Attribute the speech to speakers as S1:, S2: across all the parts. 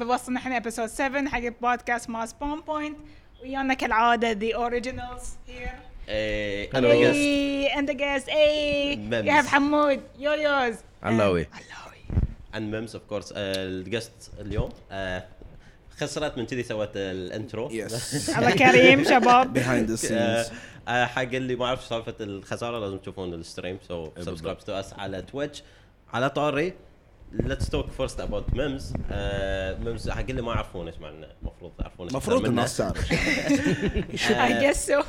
S1: بوصلنا احنا ابيسود 7 حق بودكاست ماس بون بوينت ويانا كالعاده ذا اوريجينالز هير
S2: ايه انا وقست
S1: اند جاس اي
S2: ممس.
S1: يهب حمود يويوز
S3: علاوي.
S1: علاوي
S2: عن ميمز اوف كورس الجست اليوم آه، خسرت من كذي سوت الانترو
S3: يس
S1: الله كريم شباب
S3: بيهايند ذا
S2: آه،
S3: سينز
S2: آه، حق اللي ما عرف سالفه الخساره لازم تشوفون الستريم سو سبسكرايب
S3: إيه، بالضبط.
S2: تو اس على تويتش على طاري ليتس توك فيرست اباوت ميمز ميمز آه، حق اللي ما يعرفون ايش معنى المفروض تعرفون إيش
S3: المفروض
S2: معناه.
S3: الناس تعرف
S1: I guess so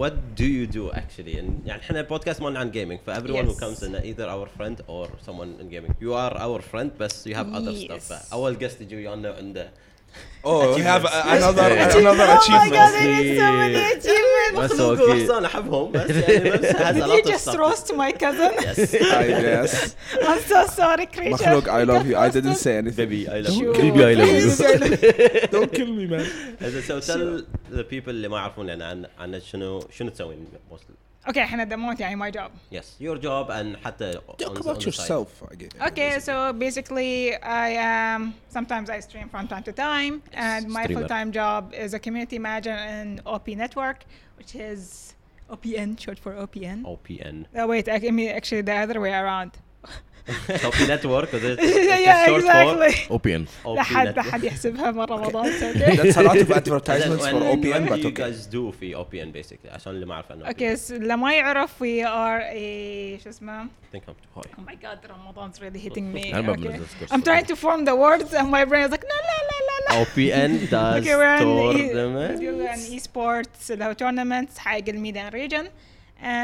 S2: what do you do actually and يعني احنا البودكاست مالنا عن gaming for everyone who
S1: Yes.
S2: comes in either our friend or someone in gaming you are our friend بس you have other
S1: Yes.
S2: stuff فاول guest يجي ويانا عنده
S4: Oh, we have a- another
S1: Oh
S4: another
S1: my god
S4: achievement.
S1: there is so many achievements
S2: مخلوق
S3: okay.
S2: وحسان احبهم بس يعني بس has a
S1: Did
S2: lot
S1: you
S2: of
S1: just
S2: stuff.
S1: roast my cousin?
S4: I guess.
S1: I'm so sorry, creature.
S3: مخلوق I love you I didn't say anything
S2: baby I love
S1: Sure.
S2: you
S1: Baby, I love you.
S4: Don't kill me, man.
S2: إذا- so tell the people اللي ما يعرفون يعني عن عن شنو شنو تسوين mostly
S1: اوكي احنا دموت يعني ماي جوب
S2: yes your job and حتى
S3: Talk
S2: on- on
S3: about
S2: the
S3: yourself I guess.
S1: Okay, so basically, I um, sometimes I stream from time to time, and my
S2: streamer.
S1: full-time job is a community manager in OP Network, which is OPN, short for OPN.
S2: side. OPN
S1: Oh, wait, I mean actually the other way around.
S2: so في network is it- it's
S1: yeah,
S2: short for
S1: exactly.
S3: Opium
S2: OP
S1: لحد
S2: network.
S1: لحد يحسبها مرة رمضان so okay.
S4: That's a lot of
S2: And then
S4: advertisements for
S2: when-
S4: OPN,
S2: what do
S4: but
S2: you
S4: okay.
S2: guys do في OPN basically عشان اللي ما عرف عنه
S1: Okay, so لما يعرف we are a شو اسمه
S2: I think I'm too high
S1: Oh my god, Ramadan's really hitting me.
S3: I'm not
S1: Okay.
S3: gonna discuss
S1: I'm
S3: it.
S1: trying to form the words and my brain is like, no, no, no, no,
S2: Oh,
S1: no.
S2: OPN does
S1: Okay, we're on e-
S4: eh?
S1: we're on
S2: tournaments
S1: esports, uh, the tournaments, حق الميدان region.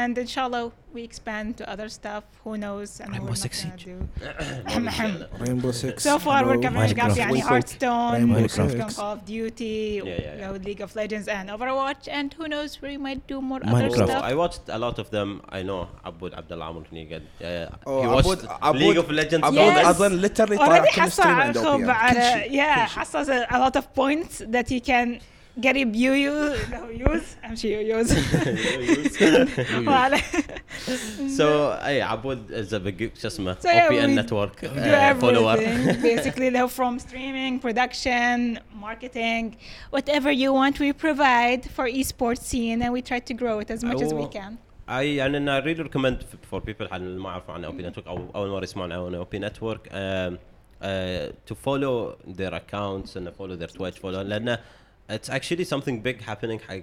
S1: And inshallah, we expand to other stuff. Who knows? And
S3: Rainbow
S1: we're not
S3: Six
S1: gonna
S3: Siege.
S1: do.
S4: Rainbow Six.
S1: So far, we're
S4: Hello.
S1: covering
S3: Minecraft.
S1: gaps يعني
S3: Minecraft.
S1: Hearthstone,
S4: Rainbow
S1: Hearthstone,
S4: Six.
S1: Call of Duty,
S2: Yeah, yeah, yeah.
S1: you know, League of Legends, and Overwatch. And who knows? We might do more other
S3: Minecraft.
S2: Oh,
S1: stuff.
S2: I watched a lot of them. I know Abud Abdul Amr Nigan. Uh,
S4: Oh,
S2: he watched
S4: Abud- Abud-
S2: League of Legends.
S4: Abud
S1: Yes.
S4: اظن literally طالع
S1: already
S4: كل
S1: حصل
S4: ستريم
S1: على
S4: عنده
S1: الخب
S4: OPN. كل
S1: على
S4: شيء.
S1: uh, yeah حصل a lot of points that he can get him you use use امشي you use وعلى
S2: so, hey, Abud is a big شو اسمه
S1: So, yeah,
S2: OPN
S1: we
S2: network
S1: do
S2: uh, follower.
S1: everything basically though from streaming production marketing whatever you want we provide for esports scene and we try to grow it as much as we
S2: Oh.
S1: can
S2: اي يعني انا ريلي ريكومند فور بيبل اللي ما عرفوا عن اوبي نتورك او اول مره يسمعون عن آه، اوبي نتورك تو فولو ذير اكونتس انه فولو ذير تويتش فولو لانه اتس اكشلي سمثينج بيج هابينج حق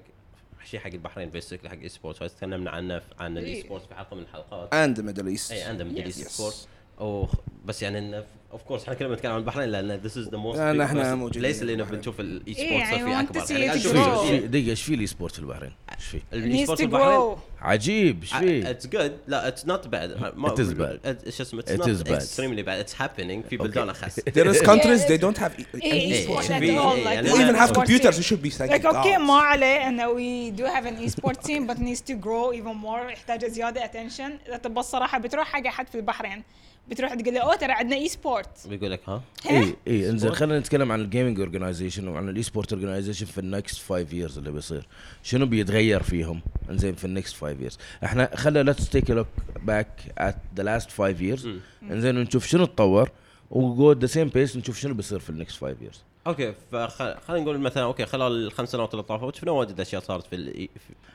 S2: شيء حق البحرين بيسكلي حق اي سبورتس تكلمنا عنه في- عن الاي
S1: إيه.
S2: سبورتس في حلقه من الحلقات
S4: And the Middle East.
S2: اي عندهم ميدل ايست
S4: Yes.
S2: سبورت او بس يعني اوف كورس احنا كلنا بنتكلم عن البحرين لان ذس از ذا موست
S4: لأن إحنا موجودين
S2: بليس اللي
S4: بالبحرين.
S2: بنشوف الاي
S1: إيه،
S2: سبورتس
S1: I
S2: في
S1: want to
S2: اكبر
S1: see it
S2: إحنا قاعد نشوف
S1: grow.
S2: إيش- إيه،
S3: دقيقة ايش في الاي سبورت في البحرين؟ ايش في؟
S1: it
S2: الاي
S1: needs
S2: سبورت
S1: to
S2: في البحرين
S1: grow
S3: عجيب ايش في؟
S2: اتس جود لا اتس نوت باد
S3: It is bad.
S2: شو اسمه
S3: It
S2: اتس
S3: is
S2: نوت
S3: bad.
S2: اكستريملي باد اتس هابينج في بلدان اخس
S4: There is countries they don't have e-
S1: إيه،
S4: any
S1: esports
S4: sports.
S2: should
S1: at
S2: be-
S1: all
S2: yeah,
S1: like
S2: yeah,
S4: We even have
S2: Esports.
S4: computers. We should be thanking
S1: Like okay, ما
S4: God.
S1: عليه and we do have an esports team but needs to grow even more يحتاج زيادة attention إذا تبى الصراحة بتروح حق أحد في البحرين بتروح تقول له أوه ترى عندنا esports
S2: بيقول لك ها
S3: اي اي انزين إيه، خلينا نتكلم عن الجيمنج اورجنايزيشن وعن الاي سبورت اورجنايزيشن في النكست 5 ييرز اللي بيصير شنو بيتغير فيهم انزين في النكست 5 ييرز احنا خلينا ليتس تيك لوك باك ات ذا لاست 5 ييرز
S2: Hmm.
S3: انزين ونشوف شنو تطور وجو ذا سيم بيس نشوف شنو بيصير في النكست 5 ييرز
S2: اوكي فخلينا uh, نقول مثلا اوكي خلال الخمس سنوات اللي طافوا شفنا واجد اشياء صارت في ال-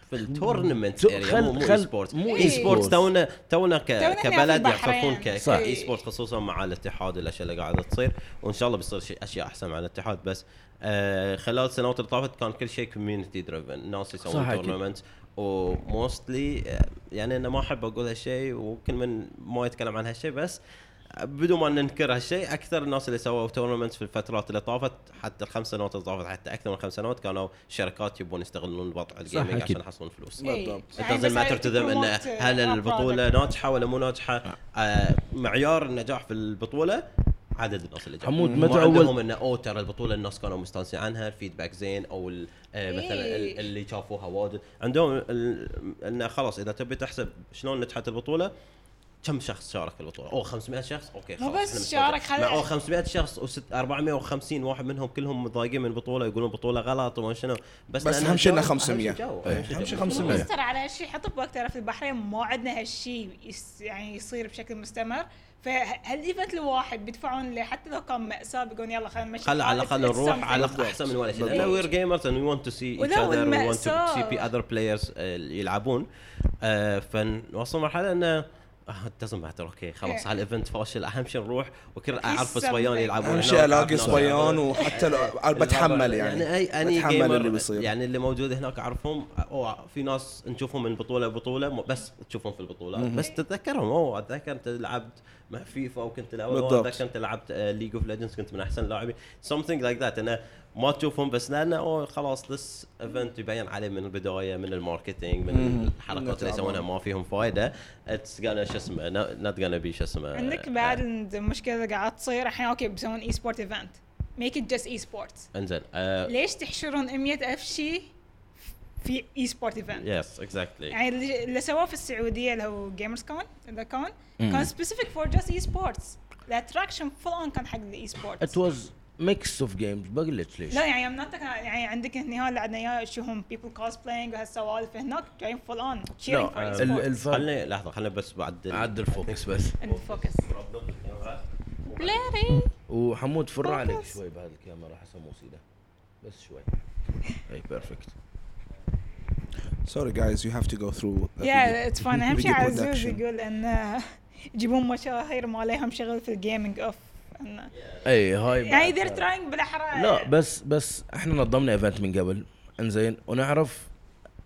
S2: في التورنمنت
S3: So,
S2: اريا
S3: خل-
S2: مو
S3: خل-
S2: اي سبورتس
S3: مو إيه.
S2: اي سبورتس
S3: e-sports.
S2: تونا تونا
S1: إيه. تونا
S2: ك-
S1: إحنا في
S2: كبلد
S1: البحرين.
S2: يعترفون ك-
S1: صح.
S2: كاي سبورتس خصوصا مع الاتحاد الاشياء اللي قاعده تصير وان شاء الله بيصير شيء- اشياء احسن مع الاتحاد بس آه، خلال السنوات اللي طافت كان كل شيء كوميونتي دريفن الناس
S3: صح،
S2: يسوون
S3: أكيد.
S2: تورنمنت وموستلي يعني انا ما احب اقول هالشيء وكل من ما يتكلم عن هالشيء بس آه، بدون ما ننكر هالشيء اكثر الناس اللي سووا تورنمنتس في الفترات اللي طافت حتى الخمس سنوات اللي طافت حتى اكثر من خمس سنوات كانوا شركات يبون يستغلون وضع الجيمنج
S3: أكيد.
S2: عشان يحصلون فلوس.
S1: بالضبط.
S2: It
S1: يعني
S2: doesn't
S1: بس
S2: matter
S1: عايز
S2: to them ان
S1: تpromote
S2: هل
S1: our
S2: البطوله ناجحه ولا مو ناجحه آه، معيار النجاح في البطوله عدد الناس اللي جاوا
S3: حمود،
S2: ما
S3: متى أول-
S2: عندهم انه اوه ترى البطوله الناس كانوا مستانسين عنها الفيدباك زين او ال- آه، مثلا
S1: إيه.
S2: ال- اللي شافوها واجد عندهم ال- انه خلاص اذا تبي تحسب شلون نجحت البطوله كم شخص شارك في البطوله؟ اوه 500 شخص اوكي
S1: مو
S2: خلاص
S1: بس
S2: إحنا
S1: شارك، خلي-
S2: مستعدين. مع اوه 500 شخص و 450 واحد منهم كلهم متضايقين من البطوله يقولون البطوله غلط وما شنو بس
S4: بس
S2: لأن
S4: أهم شي إنه
S2: جو-
S4: 500.
S2: جو،
S3: إيه.
S2: جو.
S4: أهم
S1: بس
S4: شي 500.
S1: ترى على هالشيء حط ببالك ترى في البحرين ما عندنا هالشيء يس- يعني يصير بشكل مستمر فهالايفنت الواحد بيدفعون ليه حتى لو كان ماساه بيقولون يلا خلينا نمشي
S2: خلي على الاقل
S1: It's- it's
S2: نروح
S1: something.
S2: على الاقل احسن من ولا شيء لان
S1: بالضبط.
S2: وير جيمرز and we want to see each
S1: ولو
S2: other we want to
S1: المأساة.
S2: see the other players آه، يلعبون آه، فنوصل مرحله انه اه doesn't matter اوكي خلاص
S1: إيه.
S2: على الايفنت فاشل اهم شيء نروح وكل اعرف
S1: something.
S2: صبيان يلعبون
S4: اهم
S2: هنا
S4: شيء الاقي
S2: ويلعبون هنا.
S4: صبيان وحتى لو بتحمل يعني
S2: يعني اي اني
S4: بتحمل
S2: جيمر
S4: اللي بيصير
S2: يعني اللي موجود هناك اعرفهم او في ناس نشوفهم من بطوله لبطوله مو- بس تشوفهم في البطولات بس تتذكرهم او اتذكر انت لعبت مع فيفا وكنت الاول أو
S4: بالضبط.
S2: اتذكر انت لعبت آه، ليج اوف ليجندز كنت من احسن اللاعبين something like that انه ما تشوفهم بس لانه او خلاص ذس ايفنت يبين عليه من البدايه من الماركتينج من
S4: مهم.
S2: الحركات اللي يسوونها ما فيهم فائده اتس gonna شو اسمه نوت gonna be شو اسمه آه،
S1: عندك بعد المشكله اللي قاعد تصير الحين اوكي بيسوون اي سبورت ايفنت ميك ات جاست اي سبورتس
S2: انزين آه،
S1: ليش تحشرون 100000 شيء في اي سبورت ايفنت
S2: يس اكزاكتلي
S1: يعني اللي اللي سووه في السعوديه اللي هو جيمرز كون ذا كون كان سبيسيفيك فور جاست اي سبورتس الاتراكشن فول اون كان حق الاي
S3: It
S1: سبورتس
S3: was mix of games بقول لك ليش
S1: لا يعني يوم نعطيك- يعني عندك هنا اللي عندنا اياه شو هم بيبل كوز بلاينج وهالسوالف هناك جايين فول اون تشيرينج فور اي
S2: آه،
S3: ال-
S1: سبورتس
S3: الفرق
S2: خلني لحظه خلني بس بعدل
S3: عدل فوكس بس
S1: الفوكس
S3: وحمود فر عليك
S1: فوكس.
S3: شوي بهذه الكاميرا حسب مو سيده بس شوي اي بيرفكت
S4: سوري جايز يو هاف تو جو ثرو
S1: يا اتس فاين اهم شيء
S4: video
S1: عزوز
S4: production.
S1: يقول ان يجيبون مشاهير ما عليهم شغل في الجيمنج اوف إن-
S3: اي هاي
S1: يعني
S3: بعد.
S1: ذير تراينج بالاحرى
S3: لا بس بس احنا نظمنا ايفنت من قبل انزين ونعرف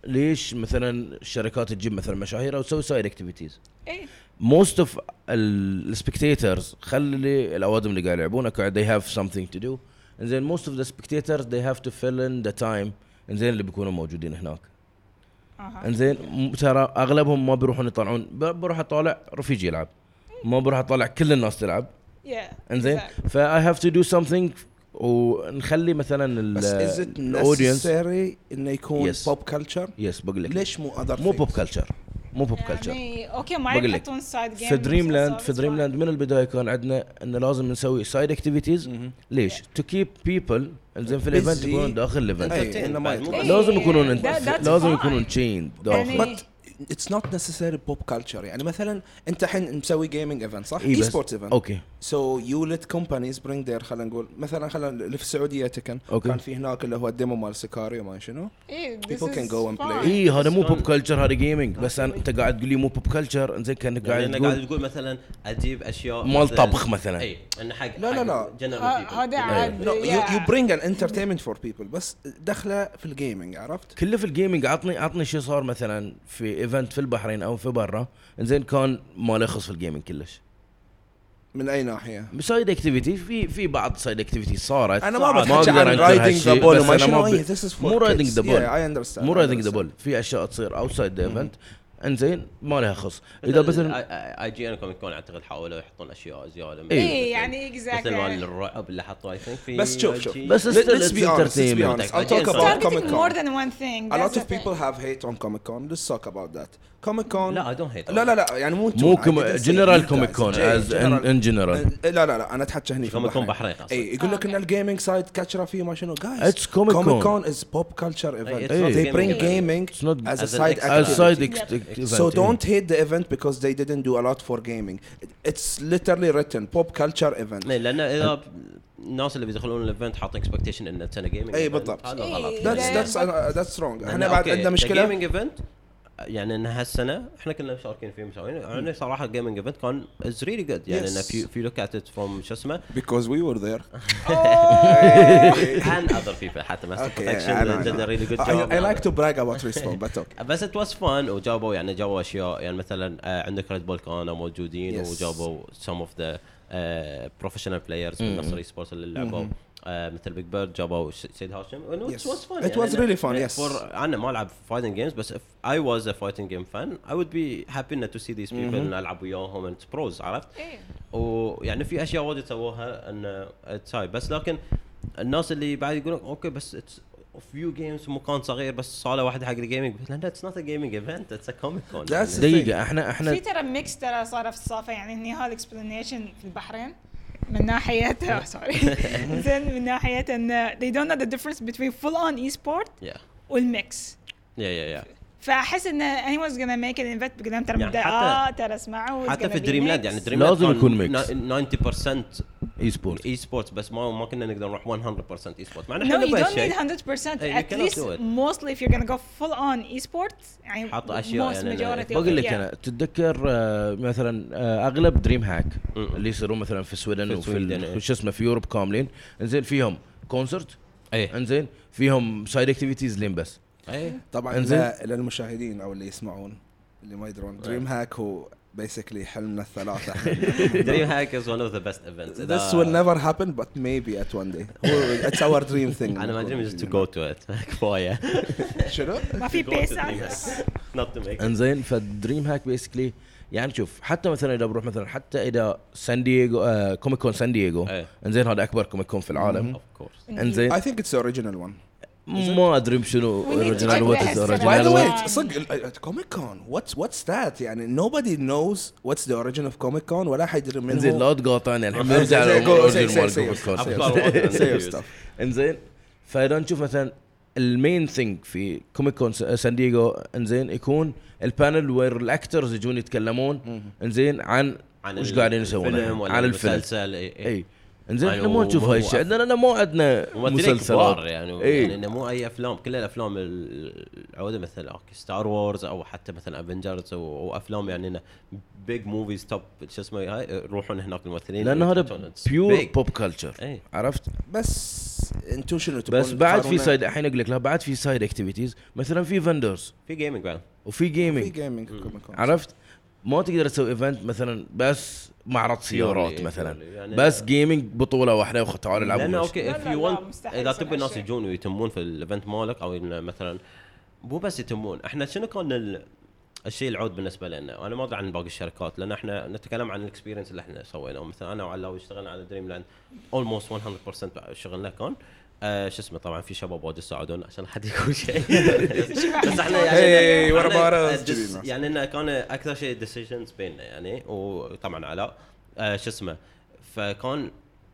S3: ليش مثلا الشركات تجيب مثلا مشاهير او تسوي سايد اكتيفيتيز
S1: إيه.
S3: موست اوف السبكتيترز خلي الاوادم اللي قاعد يلعبون قاعد they have something to do انزين موست اوف ذا spectators they have to fill in the time انزين اللي بيكونوا موجودين هناك
S1: أها.
S3: انزين م- ترى اغلبهم ما بيروحون يطلعون ب- بروح اطالع رفيجي يلعب ما بروح اطالع كل الناس تلعب
S1: Yeah,
S3: انزين
S1: exactly.
S3: فاي هاف تو دو something ونخلي مثلا
S4: بس از ات
S3: الاودينس
S4: نسيسري انه يكون
S3: Yes.
S4: بوب كلتشر
S3: يس بقول لك
S4: ليش مو اذر
S3: مو بوب كلتشر مو بوب كلتشر
S1: يعني اوكي ما
S3: بقول لك،
S1: يحطون سايد جيم
S3: في دريم لاند في دريم لاند من البدايه كان عندنا انه لازم نسوي سايد اكتيفيتيز
S4: Mm-hmm.
S3: ليش؟ تو كيب بيبل انزين في الايفنت
S4: Mm. Busy.
S3: يكونون داخل الايفنت
S4: أي. انه ما
S2: بعد.
S4: يتم.
S3: لازم يكونون
S1: That- that's
S3: لازم
S1: fine.
S3: يكونون تشين داخل
S1: يعني-
S4: بس اتس نوت نسيسري بوب كلتشر يعني مثلا انت الحين مسوي جيمنج ايفنت صح؟
S3: إي
S4: اي
S3: إيه، بس-
S4: سبورتس ايفنت
S3: اوكي
S4: سو يو ليت كومبانيز برينج ذير خلينا نقول مثلا خلينا اللي في السعوديه تكن
S3: أوكي.
S4: كان في هناك اللي هو الديمو مال سيكاريو ما شنو People
S1: people
S4: can go and play. إيه.
S3: اي إيه، هذا مو بوب كلتشر هذا جيمنج بس أنا- انت قاعد تقول لي مو بوب كلتشر انزين
S4: إيه.
S3: كانك
S2: يعني
S3: قاعد
S2: انه قاعد
S3: تقول
S2: تقول مثلا اجيب اشياء
S3: مال
S2: مثلاً-
S3: طبخ مثلاً.
S2: اي انه حق
S4: لا، لا، لا.
S1: هذا عاد
S4: نو يو
S1: yeah.
S4: يو برينج ان انترتينمنت فور بيبل بس دخله في الجيمنج عرفت؟
S3: كله في الجيمنج عطني عطني شو صار مثلا في ايفنت في البحرين او في برا انزين كان ما له يخص في الجيمنج كلش
S4: من اي ناحيه؟
S3: سايد اكتيفيتي في في بعض سايد اكتيفيتي صارت
S4: انا
S3: صارت.
S4: ما بتحكي عن
S3: أنكر
S4: رايدنج
S3: هالشيء،
S4: ذا بول
S3: بس
S4: وما
S3: أنا
S4: شنو
S3: ب-
S4: إيه، this is for
S3: مو رايدنج
S4: kids.
S3: ذا بول
S4: Yeah, I understand.
S3: مو
S4: I
S3: رايدنج ذا
S4: understand.
S3: بول في اشياء تصير اوتسايد ذا ايفنت انزين ما لها خص اذا
S2: اذا
S3: مثلا
S2: مثلا اي جي ان كوميك كون اعتقد حاولوا يحطون اشياء زياده مثل-
S1: اي يعني
S2: مثل مال
S1: exactly
S2: الرعب اللي حطوا اي ثينك في
S4: إيه. بس شوف
S2: IG.
S4: شوف
S3: بس
S4: Let-
S3: still
S4: let's
S3: it's
S4: be honest, let's be
S3: entertainment.
S4: honest. I'll
S2: Again,
S4: talk about Comic
S1: targeting more
S4: Con.
S1: than one thing
S4: A
S1: that's
S4: lot
S1: the
S4: of people
S1: thing.
S4: have hate on Comic Con. Let's talk about that. Comic Con.
S2: لا I don't hate
S4: لا لا لا يعني مو
S3: مو
S4: I
S3: كم
S4: didn't say
S3: جنرال
S4: you
S3: كوميك
S4: guys.
S3: كون
S4: Jay,
S3: از
S4: general- Uh,
S3: ان جنرال
S4: لا لا لا انا اتحكى هني في
S2: Comic Con بحرين قصدك.
S4: اي يقول لك ان الجيمنج سايد كاتشره فيه ما شنو جايز
S3: It's Comic Con.
S4: كون از بوب كلتشر
S2: it's
S4: ايفنت
S2: not
S4: they
S2: gaming
S4: bring
S2: event.
S4: gaming
S3: It's not-
S4: as a
S2: As an
S4: side
S2: extra.
S3: از
S2: As
S4: activity
S3: سايد
S4: So don't hate the event because they didn't do a lot for gaming. It's literally written pop culture event.
S2: إيه، لان اذا الناس اللي بيدخلون الايفنت حاطين اكسبكتيشن انه تنا جيمنج
S4: إي، إيه، بالضبط.
S2: هذا
S1: إي،
S2: غلط
S4: That's
S1: Yeah.
S4: that's uh, that's wrong. احنا
S2: يعني
S4: بعد عندنا مشكله
S2: جيمنج ايفنت يعني ان هالسنه احنا كنا مشاركين فيه مسوين يعني صراحه الجيمنج ايفنت كان از ريلي جود يعني انه
S4: Yes.
S2: في في لوك ات فروم شو اسمه
S4: because we were there.
S1: Oh.
S2: and other people حتى ماستر
S4: Okay, yeah, I
S2: برودكشن
S4: know, I
S2: did a really good
S4: know. I,
S2: job
S4: I like to brag about Respawn, but okay.
S2: بس ات واز فان وجابوا يعني جابوا اشياء يعني مثلا آه، عندك ريد بول كانوا موجودين
S4: Yes.
S2: وجابوا سم اوف ذا بروفيشنال بلايرز آه، من نفس السبورتس اللي لعبوا آه، مثل بيج بيرد جابوا ش- سيد هاشم
S4: Yes.
S2: ات واز فان
S4: It was really fun, yes.
S2: انا يعني ما العب فايتنج جيمز بس if I was a fighting game fan I would be happy to see these people and العب وياهم and it's pros عرفت؟
S1: إيه.
S2: ويعني في اشياء واجد سووها انه تساي بس لكن الناس اللي بعد يقولون اوكي بس اتس فيو جيمز مكان صغير بس صاله واحده حق الجيمنج بس لان اتس نوت ا جيمنج ايفنت اتس ا كوميك كون
S4: That's the thing.
S3: دقيقه احنا
S1: في
S3: احنا
S1: ترى ميكس ترى صار في الصافه يعني هني هذا الاكسبلانيشن في البحرين من ناحيه سوري زين من ناحيه ان they don't know the difference between full on e sport
S2: يا
S1: والميكس
S2: يا يا
S1: فاحس ان اني واز جونا ميك ان انفيت قدام ترى
S2: يعني
S1: متضايق.
S2: حتى-
S1: اه ترى اسمعوا it's
S2: حتى
S1: gonna
S2: في
S1: be
S2: دريم لاند
S1: mixed.
S2: يعني دريم
S3: لازم يكون mix.
S2: 90%
S3: اي سبورت
S2: اي سبورتس بس ما ما كنا نقدر نروح 100% اي سبورت مع انه
S1: No,
S2: حلو
S1: you don't need
S2: بهالشيء
S1: 100%.
S2: Hey, إيه، you
S1: At
S2: cannot
S1: least
S2: do it.
S1: mostly if you're gonna go full on esports, يعني
S2: حط أشياء
S1: most
S2: يعني-
S1: majority of
S3: بقول
S1: it,
S3: لك
S1: yeah.
S3: انا تتذكر آه، مثلا آه، اغلب دريم هاك
S2: مم.
S3: اللي يصيرون مثلا في السويدن
S2: في
S3: وفي
S2: السويدن،
S3: ال-
S2: إيه.
S3: شو اسمه في يوروب كاملين انزين فيهم كونسرت
S2: ايه
S3: انزين فيهم سايد اكتيفيتيز لين بس
S2: ايه
S4: طبعا
S3: إنزين.
S4: لا- للمشاهدين او اللي يسمعون اللي ما يدرون دريم هاك هو بيسكلي حلمنا الثلاثه
S2: دريم هاك از ون اوف ذا بيست ايفنتس
S4: This will never happen but maybe at one day هو- it's our dream thing
S2: انا ما ادري just to go to it كفايه
S4: شنو؟
S1: ما في
S2: To go to
S1: بيس
S2: Dream Hack. not to make it.
S3: انزين فالدريم هاك بيسكلي يعني شوف حتى مثلا اذا بروح مثلا حتى اذا سان دييغو آه كوميك كون سان دييغو
S2: إيه.
S3: انزين هذا اكبر كوميك كون في العالم
S2: of course
S3: انزين
S4: I think it's the original one
S3: ما ادري بشنو
S1: We need to check
S3: original what
S1: that.
S3: is
S4: By
S1: Original
S4: the
S3: original
S4: way
S3: what.
S1: one.
S4: صدق كوميك كون what's what's that يعني nobody knows what's the origin of comic con ولا حد يدري من
S3: انزين
S4: هو
S3: لا تقاطعني الحين بنرجع على
S4: Go- say-
S3: الاوريجن
S4: say-
S3: مال
S4: say-
S3: كوميك كون
S4: say-
S2: أفكار واضحة.
S4: say your stuff.
S3: انزين فاذا نشوف مثلا المين ثينج في كوميك كون س- سان دييغو انزين يكون البانل وير الاكترز يجون يتكلمون انزين عن
S2: عن
S3: وش
S2: ال-
S3: قاعدين يسوون يعني،
S2: الفيلم ولا
S3: عن الفيلم
S2: المسلسل إيه، إيه.
S3: اي انزين
S2: يعني
S3: احنا ما
S2: هو-
S3: نشوف
S2: هو-
S3: هاي الشيء عندنا مو عندنا
S2: ممثلين
S3: مسلسلات
S2: كبار يعني
S3: إيه.
S2: إيه؟ يعني إنه مو اي افلام كل الافلام ال- العوده مثل أوكي ستار وورز او حتى مثلا افنجرز او, أو افلام يعني انه بيج موفيز توب شو اسمه هاي يروحون هناك الممثلين
S3: لان هذا بيور
S2: بوب
S3: بوب كلتشر
S2: إيه.
S3: عرفت
S4: بس انتو شنو تبون
S3: بس بعد في
S4: تقارنه؟
S3: سايد الحين اقول لك لا بعد في سايد اكتيفيتيز مثلا في فندرز
S2: في جيمنج بعد
S3: وفي
S4: في
S3: جيمنج
S4: جيمنج كوميك كون
S3: عرفت ما تقدر تسوي ايفنت مثلا بس معرض سيارات
S2: إيه،
S3: مثلا
S2: فيوري. يعني
S3: بس جيمنج بطوله واحده وخ- تعالوا
S2: لانه
S3: العبوا
S2: اوكي
S1: لا،
S2: if
S1: لا،
S2: you
S1: لا،
S2: want
S1: مستحيل
S2: اذا
S1: يصير
S2: تبي الناس
S1: هالشيء.
S2: يجون ويتمون في الايفنت مالك او إنه مثلا مو بس يتمون احنا شنو كان ال... الشيء العود بالنسبه لنا انا ما ادري عن باقي الشركات لان احنا نتكلم عن الاكسبيرينس اللي احنا سويناه مثلا انا وعلاوي اشتغلنا على دريم لاند اولموست 100% شغلنا كان آه شو اسمه طبعا في شباب واجد ساعدونا عشان حد يقول شيء بس احنا
S4: Hey,
S2: يعني
S4: what about us?
S2: الدس- يعني انه كان اكثر شيء ديسيجنز بيننا يعني وطبعا علاء آه شو اسمه فكان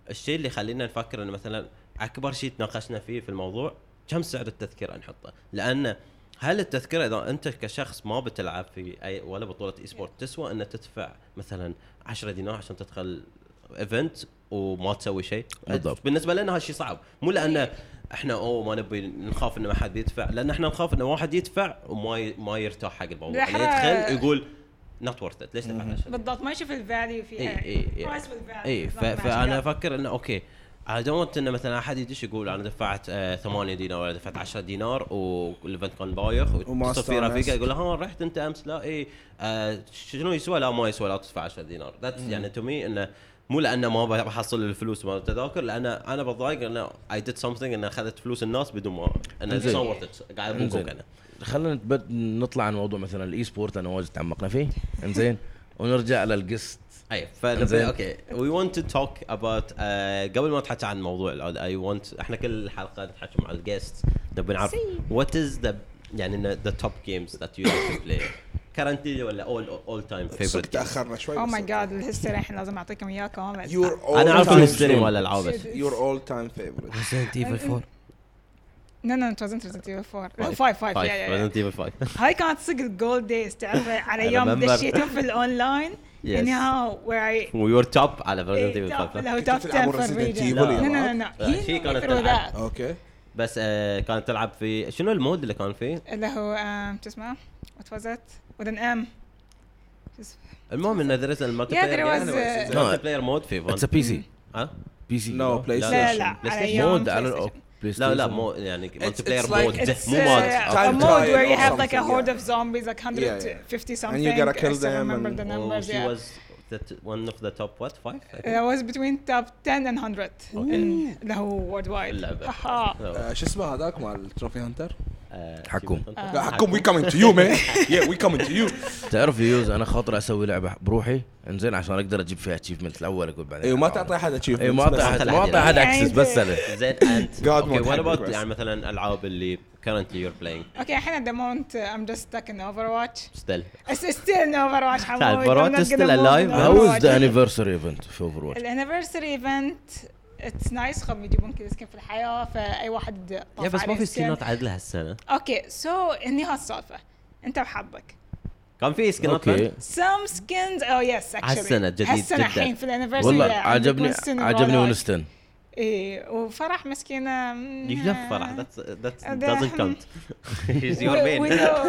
S2: الشيء اللي خلينا نفكر انه مثلا اكبر شيء تناقشنا فيه في الموضوع كم سعر التذكره نحطه؟ لان هل التذكره اذا انت كشخص ما بتلعب في اي ولا بطوله اي سبورت تسوى ان تدفع مثلا 10 دينار عشان تدخل ايفنت وما تسوي شيء؟
S3: بالضبط.
S2: بالنسبه لنا هالشيء صعب مو لانه احنا اوه ما نبي نخاف انه ما حد يدفع لان احنا نخاف انه واحد يدفع وما ي... ما يرتاح حق الموضوع يعني
S1: بالأحرى-
S2: يدخل يقول نوت ورث ات ليش دفعت عشان
S1: بالضبط ما يشوف الفاليو فيها
S2: اي اي
S1: price with value.
S2: اي
S1: بالضبط، عشان
S2: فانا
S1: كده.
S2: افكر انه اوكي انا دونت انه مثلا احد يدش يقول انا دفعت آه 8 دينار ولا دفعت 10 دينار والايفنت كان بايخ
S4: وما
S2: وتصل في
S4: استانست.
S2: رفيقه يقول ها رحت انت امس لا اي آه شنو يسوى لا ما يسوى لا تدفع 10 دينار ذات يعني تو مي انه مو لانه ما بحصل الفلوس مال التذاكر لان انا بتضايق انه اي ديد سمثينج انه اخذت فلوس الناس بدون ما انه
S3: إنزين.
S2: تصورت it. قاعد ابوقك
S3: انزين
S2: انا
S3: خلينا نتبد- نطلع عن موضوع مثلا الاي سبورت انا واجد تعمقنا فيه انزين ونرجع للقسط
S2: اي فنبي
S3: إنزين.
S2: اوكي وي ونت تو توك اباوت آه، قبل ما نتحكي عن موضوع اي ونت احنا كل حلقه نتحكي مع الجيست نبي نعرف وات از ذا يعني ذا توب جيمز ذات يو لايك تو بلاي كرنتلي ولا اول اول تايم
S4: صدق
S2: فيفرت
S4: تاخرنا شوي
S1: Oh
S4: بس
S1: my god الهيستوري الحين لازم اعطيكم اياه كامل
S4: Your all
S2: انا اعرف
S4: time
S2: الهستري مال
S4: favorite.
S2: الالعاب بس
S4: Your all time favorite
S2: ريزنت
S1: Evil 4. No, no, it wasn't Resident Evil 4. No, 5, 5, yeah, yeah, yeah.
S2: ريزنت ايفل 5
S1: هاي كانت صدق الجولد دايز تعرف على
S2: I
S1: يوم
S2: remember.
S1: دشيتهم في الاونلاين anyhow where I
S2: وي ور توب على ريزنت
S1: إيه،
S2: ايفل
S1: top-
S2: 5
S1: لو توب 10
S4: تلعبوا
S1: في
S4: Resident
S1: الريجن
S4: Evil Uh,
S1: لا
S2: يا
S1: لا
S4: بعض؟
S1: لا
S2: لا، شي كانت تلعب.
S1: لا
S4: اوكي
S2: بس آه، كانت تلعب في شنو المود اللي كان فيه؟
S1: اللي هو آم، شو اسمه وات واز ات وذ ان ام
S2: المهم انه ذير از المالتي
S1: Yeah, there was,
S2: بلاير
S1: uh,
S2: المالتي بلاير مود في
S3: اتس بي سي بي سي
S4: No, play-
S1: لا
S4: PlayStation.
S1: لا
S2: PlayStation. آه.
S1: على ايام
S3: مود على
S1: PlayStation.
S2: لا لا مو يعني مالتي
S4: it's
S2: بلاير
S4: like-
S2: مود
S1: It's
S2: مو مود
S1: uh, a
S4: Time
S1: mode
S4: trial
S1: where
S4: or
S1: you have like a
S4: something,
S1: horde
S4: yeah.
S1: of zombies, like
S4: yeah.
S1: 150 something.
S4: And you gotta kill
S1: I still
S4: them
S1: remember
S4: and-
S1: the
S2: Oh,
S1: numbers.
S2: she
S1: Yeah.
S2: was the t- one of the top what five I think.
S1: That Uh, was between top 10 and 100 in the whole worldwide.
S2: اللعبة.
S1: Aha.
S2: So,
S4: آه، شو اسمه هذاك مال التروفي هانتر
S2: آه،
S3: حكوم.
S2: شو
S1: آه.
S2: بتنطق؟
S4: حكم وي كامينج تو يو مان يا وي كامينج تو يو
S3: تعرف يوز انا خاطر اسوي لعبه بروحي انزين عشان اقدر اجيب فيها اتشيفمنت الاول اقول بعدين
S4: ايوه ما تعطي احد اتشيفمنت
S3: اي أيوة، ما اعطي
S2: بس
S3: احد
S2: أنت
S3: ما اعطي احد
S1: العادي.
S3: اكسس بس انا
S2: زين انت
S4: God
S2: اوكي
S4: won't
S2: وات
S4: have
S2: اباوت
S4: regrets.
S2: يعني مثلا الالعاب اللي currently you're playing
S1: Okay, I at the moment uh, I'm just stuck in Overwatch.
S2: still
S1: It's it's still in Overwatch. I'm
S2: Yeah,
S1: always- I'm
S2: Overwatch
S1: not
S2: is
S1: gonna
S2: still
S1: move
S2: alive.
S1: from
S3: هاو از ذا
S1: Overwatch.
S3: انيفرساري ايفنت في اوفر واتش
S1: الانيفرساري ايفنت اتس نايس خلهم يجيبون كذا سكين في الحياه فاي واحد طاف
S2: يا بس ما
S1: عليه
S2: في
S1: سكين.
S2: سكنات عدل هالسنه
S1: اوكي سو هني هالسالفه انت وحظك
S2: كان في سكن
S3: اوكي
S1: سم skins oh yes actually
S2: هالسنة جديد
S1: هالسنة
S2: جداً.
S1: الحين في الانيفرسري
S3: والله عجبني عجبني ونستن
S1: اي إيه، وفرح مسكينه مم،
S2: يكفر that's that
S1: آه، ده-
S2: doesn't count he's your
S1: wi-
S2: main
S1: widow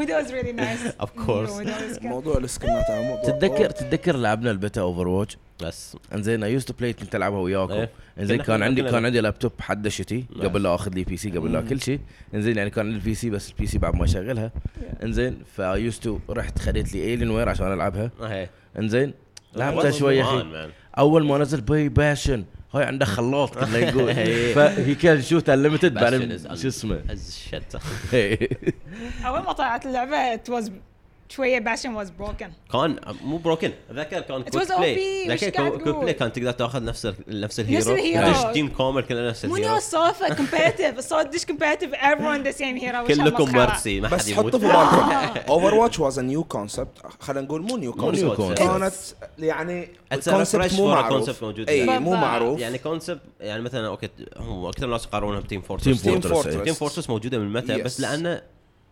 S1: widow is really nice
S2: Of course.
S1: Yeah, widow is good.
S4: موضوع الاسكنات هذا موضوع
S3: تتذكر تتذكر لعبنا البيتا اوفر واتش
S2: بس
S3: انزين اي يوز تو بلاي كنت العبها وياكم
S2: إيه.
S3: انزين
S2: كنا
S3: كان
S2: إحنا
S3: عندي
S2: كلنا.
S3: كان عندي لابتوب حدشتي
S2: نايس.
S3: قبل لا اخذ لي بي سي قبل لا كل شيء انزين يعني كان عندي البي سي بس البي سي بعد ما اشغلها انزين فيوز تو رحت خليت لي الين وير عشان العبها
S2: ايه
S3: انزين لعبتها شوي يا اخي اول ما نزل باي باشن هاي عنده خلاط كله يقول
S2: إيه.
S3: فهي كان شوت انليمتد بعدين
S2: Passion is
S3: شو اسمه إيه.
S2: الشت
S1: اول ما طلعت اللعبه it was شويه باشن was broken
S2: كان مو بروكن اتذكر كان
S1: It
S2: كويك
S1: was OP.
S2: بلاي
S1: وش
S2: ذاك
S1: قاعد
S2: كويك
S1: تقول؟
S2: بلاي كان تقدر تاخذ نفس ال- نفس الهيرو
S1: الهيرو.
S2: تدش تيم كامل كلنا نفس
S1: مو
S2: الهيرو
S1: نيو السالفه competitive الصوت دش competitive everyone the same hero وش
S2: كلكم
S1: هالمسخرة؟
S2: مرسي ما حد
S4: بس حطوا في
S2: يموت
S4: بالكم اوفر واتش واز نيو كونسبت خلينا نقول مو نيو
S2: مو
S4: كونسبت
S2: نيو
S3: concept.
S2: concept.
S4: كانت يعني
S2: It's a refresh
S4: كونسبت مو
S2: for a
S4: معروف
S2: concept موجود
S4: اي
S2: يعني.
S4: مو
S1: بالضبط.
S4: معروف
S2: يعني كونسبت يعني مثلا اوكي هم اكثر الناس يقارنونها بتيم
S3: تيم
S2: فورترس
S4: Team
S3: فورترس
S4: Fortress.
S2: تيم فورترس موجوده من متى
S4: Yes.
S2: بس لانه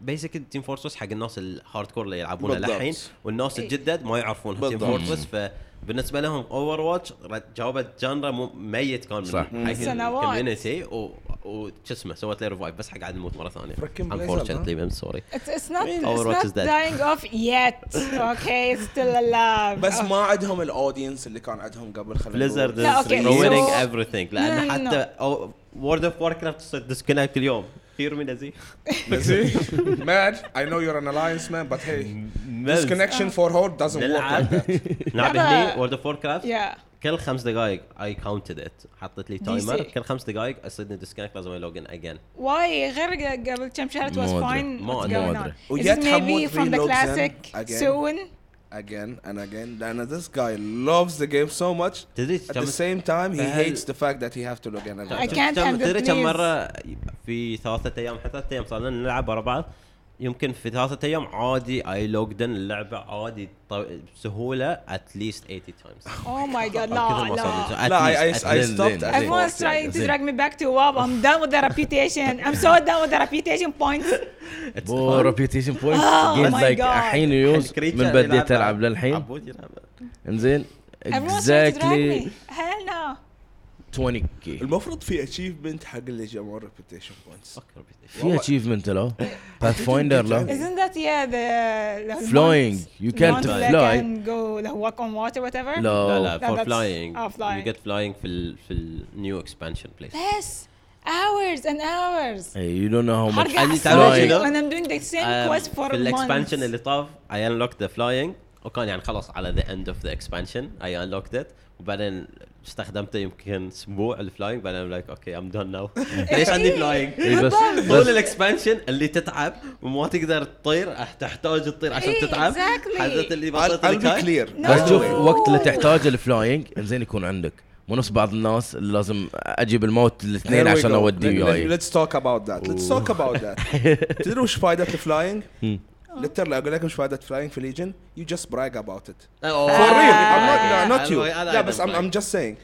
S2: بيسك تيم فورترس حق الناس الهارد كور اللي يلعبونها
S4: بالضبط.
S2: للحين والناس
S1: إيه.
S2: الجدد ما يعرفونها تيم
S4: بالضبط.
S2: فورترس فبالنسبه لهم اوفر واتش جاوبت جانرا مو ميت كان من
S3: صح.
S1: سنوات.
S2: الكوميونتي و وش اسمه سوت له ريفايف بس حق عاد نموت مره ثانيه
S4: Freaking Blizzard،
S2: انفورشنتلي ام سوري
S1: It's, it's not,
S2: Mean,
S1: it's
S2: Overwatch
S1: not
S2: is dead.
S1: dying off yet. Okay, it's still alive.
S4: بس
S1: Oh.
S4: ما عندهم الاودينس اللي كان عندهم قبل خلينا
S2: بليزرد
S4: نقول
S1: لا،
S2: از
S1: أوكي.
S2: رويننج
S1: So-
S2: everything
S1: No, no,
S2: لان
S1: no.
S2: حتى وورد اوف وار كرافت تصير ديسكونكت اليوم هير من ذي
S4: مان اي نو يور ان الاينس مان بس هي this connection
S1: Ah.
S4: for hope doesn't work like
S2: نلعب
S4: that
S2: نلعب
S1: لعبة-
S2: هني وورد اوف وور كرافت
S1: Uh, Yeah.
S2: كل خمس دقائق اي كاونتد ات حطيت لي تايمر
S1: DC.
S2: كل خمس دقائق اصيدني ديسكونكت لازم الوجن اجين
S1: Why غير ق- قبل كم شهر it was
S3: ما أدري.
S1: fine.
S2: ما
S1: What's
S2: أدري.
S1: going on?
S3: ما أدري.
S1: Is
S4: ويا
S1: it
S4: تحمود
S1: maybe from the
S4: Oh, reloads them
S1: classic
S4: again.
S1: soon?
S4: again and again لان this guy loves the game so much
S2: تدري
S4: at the
S2: كم
S4: same time he
S2: فهل-
S4: hates the fact that he have to look in
S1: I
S4: everything
S1: can't
S2: كم-
S1: handle
S2: تدري كم
S1: please.
S2: مره في ثلاثة ايام حتى ثلاثة ايام صار لنا نلعب ورا بعض يمكن في ثلاثة ايام عادي اي لوجدن اللعبه عادي طو- بسهوله اتليست 80 تايمز
S1: Oh my god,
S2: كثر ما
S1: لا
S2: صار
S1: لا.
S2: at
S4: لا I, I,
S2: least- at
S4: I
S2: least.
S4: stopped at
S1: Everyone's
S4: four,
S1: trying to
S3: زين.
S1: drag me back to WoW. I'm done with the reputation. I'm so done with the reputation points.
S3: بو ريبيوتيشن بوينت
S1: Oh my God.
S3: الحين يوز
S2: الكريتشر
S3: من
S2: اللي
S3: بديت
S2: يلعبها.
S3: العب للحين
S2: عبود يلعبها.
S3: انزين
S1: Everyone's trying to drag
S3: اكزاكتلي
S1: me. Hell no.
S3: 20 كي
S4: المفروض في achievement حق اللي جمعوا reputation points
S2: فكر بيدي.
S3: في اتشيفمنت لا باث فايندر لا
S1: Isn't that yeah the the
S3: Flying.
S1: monks-
S3: You
S1: monks
S3: can't
S1: that
S3: fly.
S1: can go like, walk on water whatever.
S2: لا
S3: لا
S2: لا
S1: لا،
S2: فور
S1: that's-
S2: فلاينج
S1: آه،
S2: يو
S1: flying.
S2: جيت فلاينج في ال في النيو اكسبانشن بليس
S1: Yes, hours and hours.
S3: يو دونت نو هاو ماتش
S1: أرجع
S2: and you
S1: أحسن
S2: know-
S1: شيء
S2: you know-
S1: when I'm doing the same
S2: Um,
S1: quest for
S2: في
S1: months.
S2: الاكسبانشن اللي طاف اي انلوك ذا فلاينج وكان يعني خلاص على ذا اند اوف ذا اكسبانشن اي انلوك ذات وبعدين استخدمته يمكن اسبوع الفلاينج بعدين لايك اوكي ام دون ناو ليش عندي فلاينج؟
S1: إيه،
S3: بس
S2: طول
S3: بس
S2: الاكسبانشن اللي تتعب وما تقدر تطير تحتاج تطير عشان
S1: إيه،
S2: تتعب
S1: exactly.
S2: حزت اللي
S4: I'll,
S2: بسطت
S4: I'll
S2: لك
S4: be
S2: هاي
S4: clear
S1: No.
S4: by
S3: بس
S4: the
S3: شوف
S4: way. Oh.
S3: وقت اللي تحتاج الفلاينج انزين يكون عندك مو نص بعض الناس اللي لازم اجيب الموت الاثنين
S4: Here we
S3: عشان
S4: go.
S3: اودي
S4: Let- let-
S3: وياي
S4: Let's talk about that. Let's talk about that. تدري وش فائدة الفلاينج؟ لتر اقول لك وش فائدة الفلاينج في ليجن؟ You just brag about it.
S2: Oh,
S4: For real.
S2: yeah.
S4: I'm not, no, not
S2: I-
S4: you.
S2: I like
S4: لا
S2: them
S4: بس I'm, I'm
S2: flying.
S4: just saying.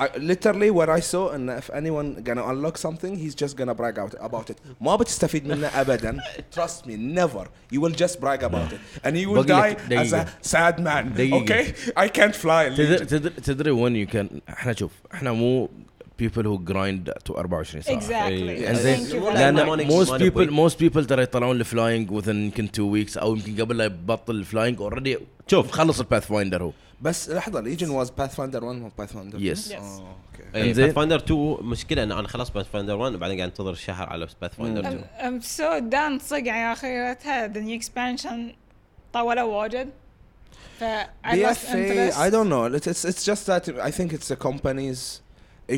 S4: I, literally what I saw and if anyone gonna unlock something he's just gonna brag out about it. ما بتستفيد منه ابدا. Trust me never. You will just brag about it and you will
S3: بقول
S4: die
S3: لك
S4: as a
S3: دقيقة.
S4: sad man.
S3: دقيقة.
S4: Okay? I can't fly. in
S3: تدري
S4: Legion.
S3: تدري تدري وين يو كان احنا شوف احنا مو بيبل هو جرايند تو 24 ساعه
S1: Exactly.
S2: إيه.
S3: انزين
S1: Thank you for
S2: لأن-
S1: that.
S2: Monix-
S3: لان موست
S2: Monix
S3: بيبل
S2: Week.
S3: موست بيبل ترى يطلعون الفلاينج within يمكن 2 ويكس او يمكن قبل لا يبطل الفلاينج اوريدي شوف خلص الباث فايندر هو
S4: بس لحظة ليجن was Pathfinder 1 و Pathfinder 2.
S3: Yes.
S1: Yes.
S4: Oh, okay.
S3: إنزين.
S2: باث فايندر 2 مشكله انه انا خلاص باث فايندر 1 وبعدين قاعد انتظر شهر على باث فايندر 2
S1: I'm- I'm so done صقع يا اخيرتها uh, the new expansion طولوا واجد. ف I lost
S4: BFA, I
S1: interest.
S4: don't know. It's, it's it's just that I think it's the company's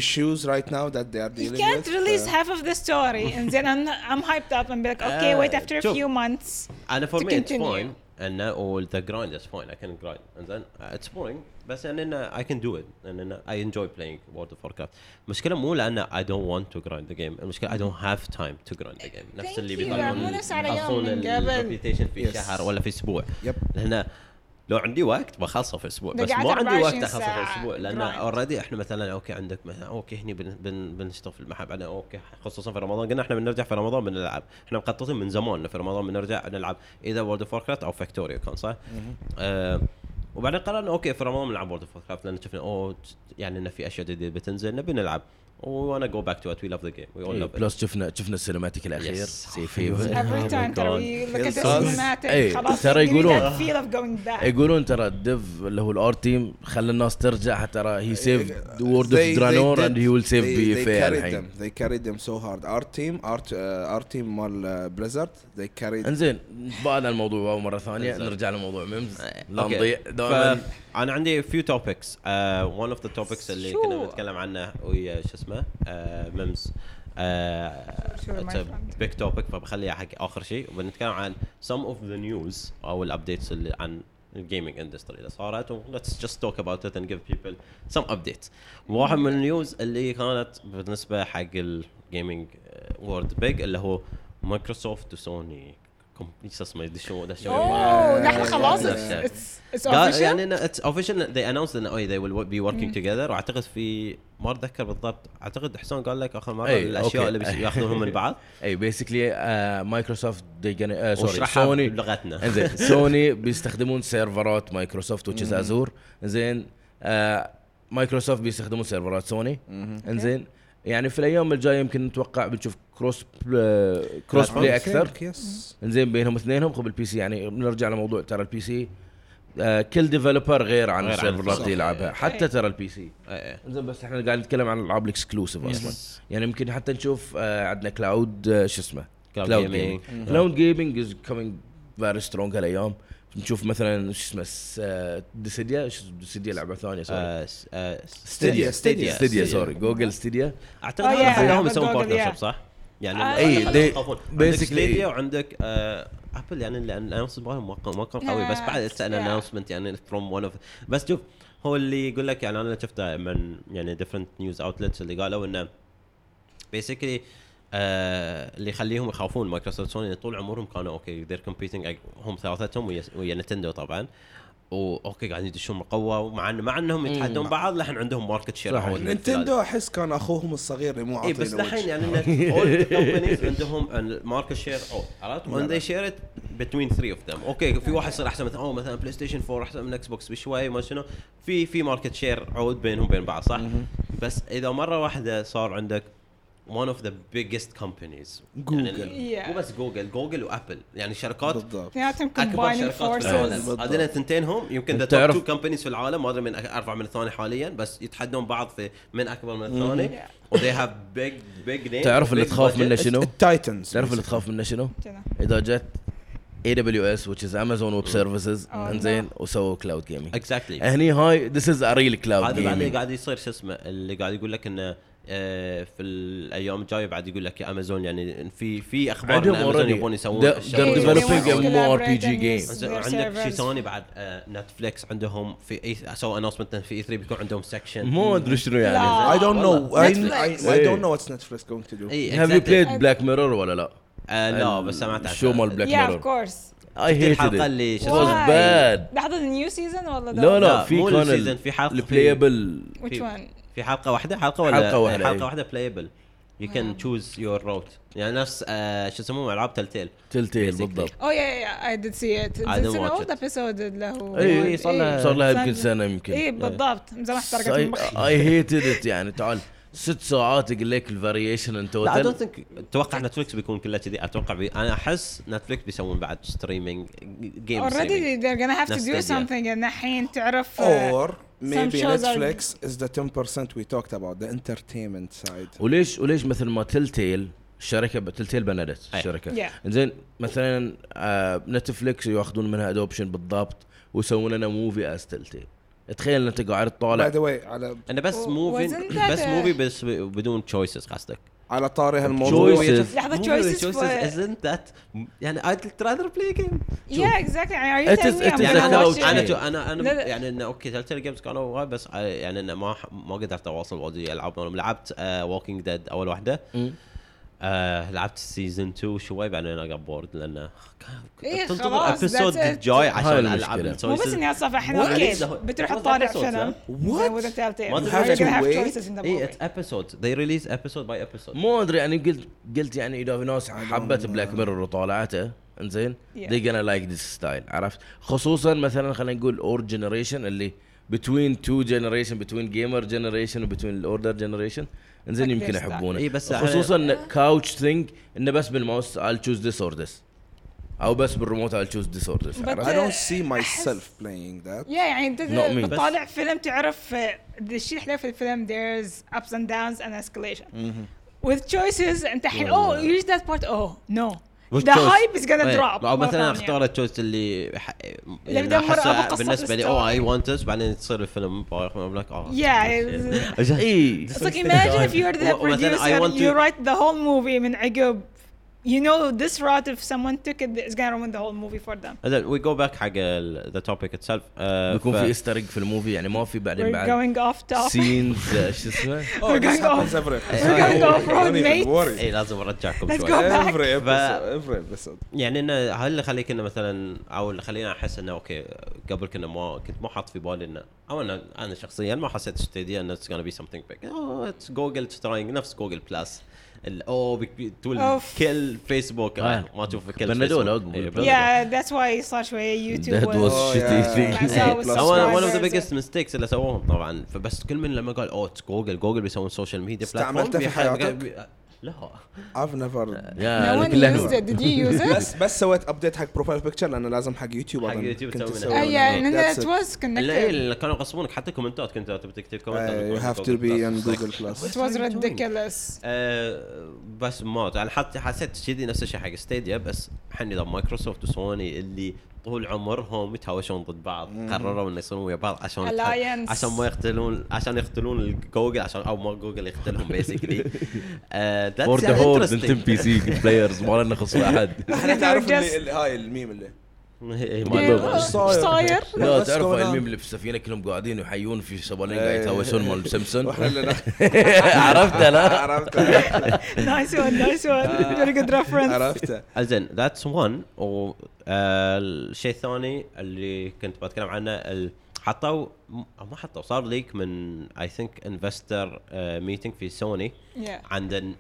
S4: issues right now that they are
S1: You
S4: dealing
S1: can't
S4: with.
S1: release
S4: uh,
S1: half of the story and then I'm, I'm hyped up and be like okay
S2: آه،
S1: wait after a
S2: شوف.
S1: few months.
S2: انا
S1: to
S2: فور مي اتس
S1: continue.
S2: فاين انه او ذا جرايند اتس فاين اي كان جرايند انزين اتس بورينج بس يعني انه اي كان دو ات انه اي انجوي بلاينج وورد اوف كرافت المشكله مو لانه اي دونت ونت تو جرايند ذا جيم المشكله اي دونت هاف تايم تو جرايند ذا جيم
S1: Thank
S2: نفس اللي
S1: you. مو نفس على يوم من قبل.
S2: الريبيتيشن في
S4: Yes.
S2: شهر ولا في اسبوع
S4: Yep.
S2: هنا لو عندي وقت بخلصه في اسبوع
S1: ده
S2: بس
S1: قاعد
S2: ما عندي وقت
S1: 24
S2: اخلصه في
S1: ساعة
S2: اسبوع لان
S1: grind.
S2: اوريدي احنا مثلا اوكي عندك مثلا اوكي هني بن بن بنشتغل في المحل انا اوكي خصوصا في رمضان قلنا احنا بنرجع في رمضان بنلعب احنا مخططين من زمان إنه في رمضان بنرجع نلعب اذا وورد اوف كرافت او فاكتوريو كان صح؟ آه وبعدين قررنا اوكي في رمضان بنلعب وورد اوف كرافت لان شفنا اوه يعني انه في اشياء جديده بتنزل نبي نلعب وانا جو باك تو ات وي لاف ذا جيم وي
S1: إيه،
S2: اول لاف
S3: بلس شفنا شفنا السينماتيك الاخير
S2: Oh, Yes.
S3: سي فيفر
S1: every time ترى we look at the
S2: Feels-
S1: cinematic
S3: إيه،
S1: خلاص
S3: ترى
S1: give me that
S3: يقولون.
S1: feel of going back
S3: إيه، يقولون ترى الديف اللي هو الار تيم خلى الناس ترجع ترى هي سيف وورد اوف
S4: They- they
S3: درانور
S4: did-
S3: اند هي ويل سيف
S4: they-
S3: بي
S4: they
S3: فير
S4: carried
S3: الحين
S4: them. They carried them so hard. Our team, our t- uh, our team مال بليزرد they carried
S3: انزين بعدنا الموضوع واو مره ثانيه نرجع لموضوع ميمز
S2: إيه،
S3: لا نضيع دائما
S2: انا عندي Uh, فيو توبكس ون اوف ذا توبكس اللي
S1: شو؟
S2: كنا بنتكلم عنه ويا شو اسمه Uh, آه، ميمز
S1: Sure, my friend.
S2: بيج توبك فبخليها حق اخر شيء وبنتكلم عن some of the news او الابديتس اللي عن الجيمنج اندستري اللي صارت و let's just talk about it and give people some updates. واحد من النيوز اللي كانت بالنسبه حق الجيمنج وورد بيج اللي هو مايكروسوفت وسوني كم شو اسمه يدشون
S1: اوه نحن خلاص
S2: Yeah.
S1: Oh, it's it's
S2: قال
S1: official
S2: يعني انه اتس اوفيشال ذي انونس انه اي ذي ويل بي وركينج توجذر واعتقد في ما اتذكر بالضبط اعتقد حسون قال لك اخر مره
S4: إيه،
S3: أي،
S2: الاشياء
S3: أوكي.
S2: اللي بيش- ياخذونهم من بعض
S3: اي بيسكلي مايكروسوفت سوري
S2: واشرحها
S3: سوني
S2: بلغتنا
S3: آه، انزين سوني بيستخدمون سيرفرات مايكروسوفت وتشيز ازور انزين آه، مايكروسوفت بيستخدمون سيرفرات سوني
S4: Mhm.
S3: انزين يعني في الايام الجايه يمكن نتوقع بنشوف آه، كروس بل- كروس بلاي اكثر
S4: يس
S3: انزين بينهم اثنينهم قبل البي سي يعني بنرجع لموضوع ترى البي سي آه، كل ديفلوبر غير عن
S2: غير عن
S3: السيرفرات
S2: السيرفر.
S3: اللي يلعبها حتى ترى البي سي
S2: إيه، إيه.
S3: انزين بس احنا قاعد نتكلم عن الالعاب الاكسكلوسيف اصلا
S2: Yes.
S3: يعني يمكن حتى نشوف آه، عندنا كلاود آه، شو اسمه
S2: Cloud
S3: جيمنج
S2: gaming.
S3: كلاود جيمنج از كومينج فيري سترونج هالايام نشوف مثلا شو اسمه ديسيديا شو ديسيديا لعبه ثانيه سوري
S2: آه، س- آه،
S4: Stadia، Stadia.
S3: ستيديا سوري جوجل ستيديا
S2: اعتقد
S1: Oh,
S2: هذا
S1: yeah.
S2: خلاهم
S1: Yeah,
S2: يسوون
S1: but Google,
S2: بارتنر
S1: yeah.
S2: صح؟ يعني
S1: آه،
S3: إي، إيه، they-
S2: عندك
S3: basically- إيه.
S2: ستيديا وعندك آه، ابل يعني الانونسمنت مالهم ما كان- ما كان قوي بس بعد اتس ان
S1: Yeah.
S2: انونسمنت يعني فروم ون اوف بس شوف هو اللي يقول لك يعني انا شفته من يعني ديفرنت نيوز اوتلتس اللي قالوا انه بيسكلي آه اللي يخليهم يخافون مايكروسوفت سوني طول عمرهم كانوا اوكي ذير كومبيتنج هم ثلاثتهم ويا, ويا نتندو طبعا واوكي قاعدين يدشون بقوه ومع إن- مع انهم يتحدون بعض لحن عندهم ماركت شير
S3: صحيح.
S4: نينتندو احس كان اخوهم الصغير اللي مو
S2: اي
S4: عاطينه
S2: بس الحين
S4: وجه.
S2: يعني اول كومبانيز عندهم الماركت شير او عرفت؟ وان ذي شير ات بتوين 3 اوف ذم اوكي في واحد يصير احسن مثلا او مثلا بلاي ستيشن 4 احسن من اكس بوكس بشوي ما شنو في في ماركت شير عود بينهم وبين بعض صح؟ بس اذا مره واحده صار عندك one of the biggest companies
S4: Google.
S2: يعني
S1: Yeah.
S2: مو بس جوجل جوجل وابل يعني شركات
S4: بالضبط
S1: اثنيناتهم
S2: اكبر
S1: combining
S2: شركات في العالم
S1: forces
S4: بالضبط.
S2: هذول الثنتين هم يمكن ذا توب
S3: تعرف-
S2: تو كمبانيز في العالم ما ادري من أك- ارفع من الثاني حاليا بس يتحدون بعض في من اكبر من الثاني وذي هاف بيج بيج نيم
S3: تعرف اللي تخاف منه شنو؟
S4: التايتنز
S3: تعرف اللي تخاف منه شنو؟
S1: كذا.
S3: اذا جت اي دبليو اس which is امازون ويب سيرفيسز
S1: Oh, no.
S3: انزين وسووا كلاود جيمنج
S2: اكزاكتلي
S3: هني هاي ذيس از اريل كلاود
S2: هذا بعد اللي
S3: جيمنج
S2: قاعد يصير شو اسمه اللي قاعد يقول لك انه آه، في الايام الجايه بعد يقول لك يا امازون يعني في في اخبار ان
S3: عندهم
S2: امازون
S3: already.
S2: يبون يسوون
S3: They're-
S2: الشغل.
S1: Yeah,
S3: they're
S1: they want
S3: developing
S1: to
S3: a more
S1: collaborate
S3: PG
S1: and
S3: game.
S1: use their
S2: عندك شيء
S1: servers.
S2: ثاني بعد آه، نتفليكس عندهم في اي سووا انونسمنت في اي 3 بيكون عندهم سكشن
S3: مو ادري شنو يعني
S1: لا.
S4: I don't know I, I,
S1: Netflix.
S4: I
S3: إيه.
S4: don't know what's Netflix going to do
S2: اي
S3: هاف يو
S2: exactly.
S3: بلايد بلاك ميرور ولا لا؟
S2: آه، لا بس سمعت عنها.
S3: شو مال بلاك
S1: yeah of
S3: ميرور
S1: course
S3: اي
S2: شفت
S3: هيت
S2: الحلقه اللي شو
S3: It was
S2: اسمه؟
S1: Why?
S3: bad.
S1: لحظة النيو سيزون ولا ده؟
S3: لا
S2: لا،
S3: لا في
S2: مو
S3: كان
S2: السيزون، في حلقة في-
S3: البلايبل
S1: which one
S2: في حلقه واحده حلقه ولا
S3: حلقة واحدة،
S2: حلقه
S3: أي.
S2: واحده بلايبل يو كان تشوز يور روت يعني نفس آه شو يسموهم العاب تلتيل
S3: تلتيل
S2: Basically.
S3: بالضبط
S1: oh yeah yeah I did see it
S2: I
S1: it's
S2: didn't
S1: an
S2: watch
S1: old
S2: it.
S1: episode له
S3: إيه،
S2: إيه، صار لها-
S3: صار لها يمكن
S1: سنة.
S3: سنه يمكن
S1: اي بالضبط من زمان احترقت من مخي
S3: اي هيتد ات يعني تعال ست ساعات يقول لك الفاريشن ان
S2: لا اي دونت
S3: توتال
S2: ثينك اتوقع نتفلكس بيكون كله كذي اتوقع بي... انا احس نتفلكس بيسوون بعد ستريمينج جيم
S1: already they're gonna have to
S2: نفس
S1: do
S2: Stadia.
S1: something and الحين تعرف
S4: Oh,
S1: uh,
S4: or maybe
S1: shows are-
S4: Netflix is the 10% we talked about the entertainment side
S3: وليش وليش مثل ما تلتيل الشركه تلتيل بندت
S2: أي.
S3: الشركه
S1: Yeah.
S3: زين مثلا آه نتفليكس ياخذون منها ادوبشن بالضبط ويسوون لنا موفي از تلتيل تخيل انت قاعد
S4: by
S3: تطالع
S4: the way على
S2: انه بس
S1: و-
S2: موفي
S1: wasn't that
S2: بس
S1: a-
S2: موفي بس ب- بدون تشويسز قصدك
S4: على طاري هالموضوع
S3: Choices.
S1: لحظة، choices for-
S2: ازنت ذات يعني I'd rather play a game
S1: yeah exactly يعني
S3: It
S1: are you telling me
S3: is- it
S1: I'm
S3: is
S2: يعني
S3: a
S1: gonna
S2: انا
S3: cloud
S1: watch
S3: couch.
S1: it
S2: انا
S3: game.
S2: تو- انا
S1: لا،
S2: انا
S1: لا.
S2: يعني انه اوكي تلتل جيمز كانوا وايد بس آه، آه، يعني انه ما ما قدرت اواصل واجي العب لعبت ووكينج ديد اول واحده آه لعبت سيزون 2 شوي بعدين انا بورد لانه
S1: إيه،
S2: تنتظر
S1: خلاص،
S2: ابيسود
S1: that's it.
S2: الجاي
S3: هاي
S2: عشان العب
S3: المشكلة.
S1: مو
S2: التويسز.
S1: بس اني اصلا
S2: مو
S1: احنا اوكي
S2: عليك، ده-
S1: بتروح
S2: ده
S1: تطالع
S2: episodes،
S1: فيلم
S4: What?
S1: with a telltale.
S2: ما
S1: We're
S2: تدري
S1: gonna have
S4: شو هو.
S1: choices in the
S2: اي
S1: movie.
S2: اتس ابيسودز ذي ريليز ابيسود باي ابيسود
S3: مو ادري يعني قلت قلت يعني اذا في ناس حبت بلاك ميرور وطالعته انزين
S1: Yeah.
S3: they gonna like this ستايل عرفت خصوصا مثلا خلينا نقول اور جنريشن اللي between two generation between gamer generation و between الاوردر generation انزين
S1: Like
S3: يمكن
S1: their
S3: يحبونه
S2: style. إي بس
S3: خصوصا كاوتش ثينج انه بس بالماوس I'll choose this or this او بس بالريموت I'll choose this or this
S1: But-
S3: عرفت؟
S4: I don't see myself playing that.
S1: يا يعني انت
S3: Not me.
S1: بتطالع فيلم تعرف آه، الشيء الحلو في الفيلم there's ups and downs and escalation
S3: Mm-hmm.
S1: with choices انت حين oh you reach that part oh no
S2: Which
S1: the
S2: choice?
S1: hype is gonna
S2: إيه،
S1: drop مرة
S2: لو مثلا
S1: ثانية.
S2: اختار التشويس اللي ح- يعني
S1: بدمر أبو
S2: احسها
S1: قصة
S2: بالنسبه لي
S1: الستوري.
S2: اوه اي ونت ذس بعدين تصير الفيلم لك اه
S1: Yeah.
S3: اي
S1: It's like imagine if you're the
S2: Well, well, then I
S1: producer,
S2: want
S1: you
S2: to-
S1: write the whole movie من عقب. You know this route if someone took it, it's gonna ruin the whole movie for them.
S2: زين وي جو باك حق ذا توبيك اتسلف
S3: بيكون في استرق في الموفي يعني ما في بعدين
S1: We're
S3: بعد
S1: going off topic.
S3: سينز شو اسمه
S4: Oh, this
S1: going off-
S4: happens every episode.
S1: we're going
S4: Don't
S1: off
S4: worry,
S1: road,
S4: don't even
S1: mate.
S4: worry.
S2: اي إيه، لازم ارجعكم
S1: Let's
S2: شوي
S1: go. back.
S4: Every
S2: ف-
S4: episode, every episode.
S2: يعني انه هل اللي خليك انه مثلا او اللي خلينا احس انه اوكي قبل كنا ما كنت ما حاط في بالي انه او انا انا شخصيا ما حسيت استديا انه اتس gonna بي something big Oh, اتس جوجل تراينج نفس جوجل بلس او oh، تقول
S1: أوف.
S2: كل فيسبوك
S3: آه.
S2: ما تشوف كل إيه،
S3: بندول عقب.
S1: Yeah, that's why صار شوية
S3: That
S1: YouTube
S3: was
S1: was
S4: Oh, yeah.
S3: shitty thing.
S1: Yeah,
S4: Plus
S1: so
S2: هو
S1: subscribers.
S2: ون اوف ذا بيجست ميستيكس اللي سووهم طبعا فبس كل من لما قال oh، اوه جوجل جوجل بيسوون سوشيال ميديا
S4: استعملته في حياتك؟
S2: لا
S4: I've never
S3: يا
S1: No one used
S3: كلنا
S1: it. Did you use it?
S4: بس بس سويت ابديت حق بروفايل بيكتشر لانه لازم حق يوتيوب
S2: حق
S4: أظن
S2: يوتيوب
S4: كنت
S2: تسوي
S4: أسوي.
S2: منه.
S1: Uh, yeah, and then
S4: That's
S1: it
S4: it.
S1: was
S2: اللي
S1: connected.
S2: اللي كانوا يغصبونك حتى كومنتات كنت تبي تكتب
S4: Uh,
S2: كومنت
S4: you have to be on Google Plus.
S1: It was ridiculous.
S2: آه، بس ما يعني حتى حسيت كذي نفس الشيء حق ستيديا بس الحين اذا مايكروسوفت وسوني اللي طول عمرهم يتهاوشون ضد بعض قرروا انه يصيرون ويا بعض عشان
S1: Alliance.
S2: عشان ما يقتلون عشان يقتلون جوجل عشان او ما جوجل يقتلهم آه، بيسكلي
S3: فور ذا هول نلتم بي سي بلايرز ما لنا خصم احد
S4: الحين تعرف
S1: They're
S4: اللي-
S1: just-
S4: اللي- هاي الميم اللي
S2: إيه،
S1: Yeah.
S4: إيش صاير؟
S1: إيش صاير؟
S3: لا
S4: What's
S3: تعرف
S4: going
S3: الميم
S4: on? إيه.
S3: اللي في السفينه كلهم قاعدين يحيون في شبالين قاعد يتهاوشون مال سمسون
S4: واحنا اللي نخ-
S3: عرفته لا
S4: عرفته
S1: Nice one, nice one.
S4: Uh,
S1: Very good reference.
S4: عرفته
S2: زين ذاتس 1 والشيء آه، الثاني اللي كنت بتكلم عنه ال- حطوا م- ما حطوا صار ليك من اي ثينك انفستر ميتنج آه، في سوني
S1: Yeah.
S2: عن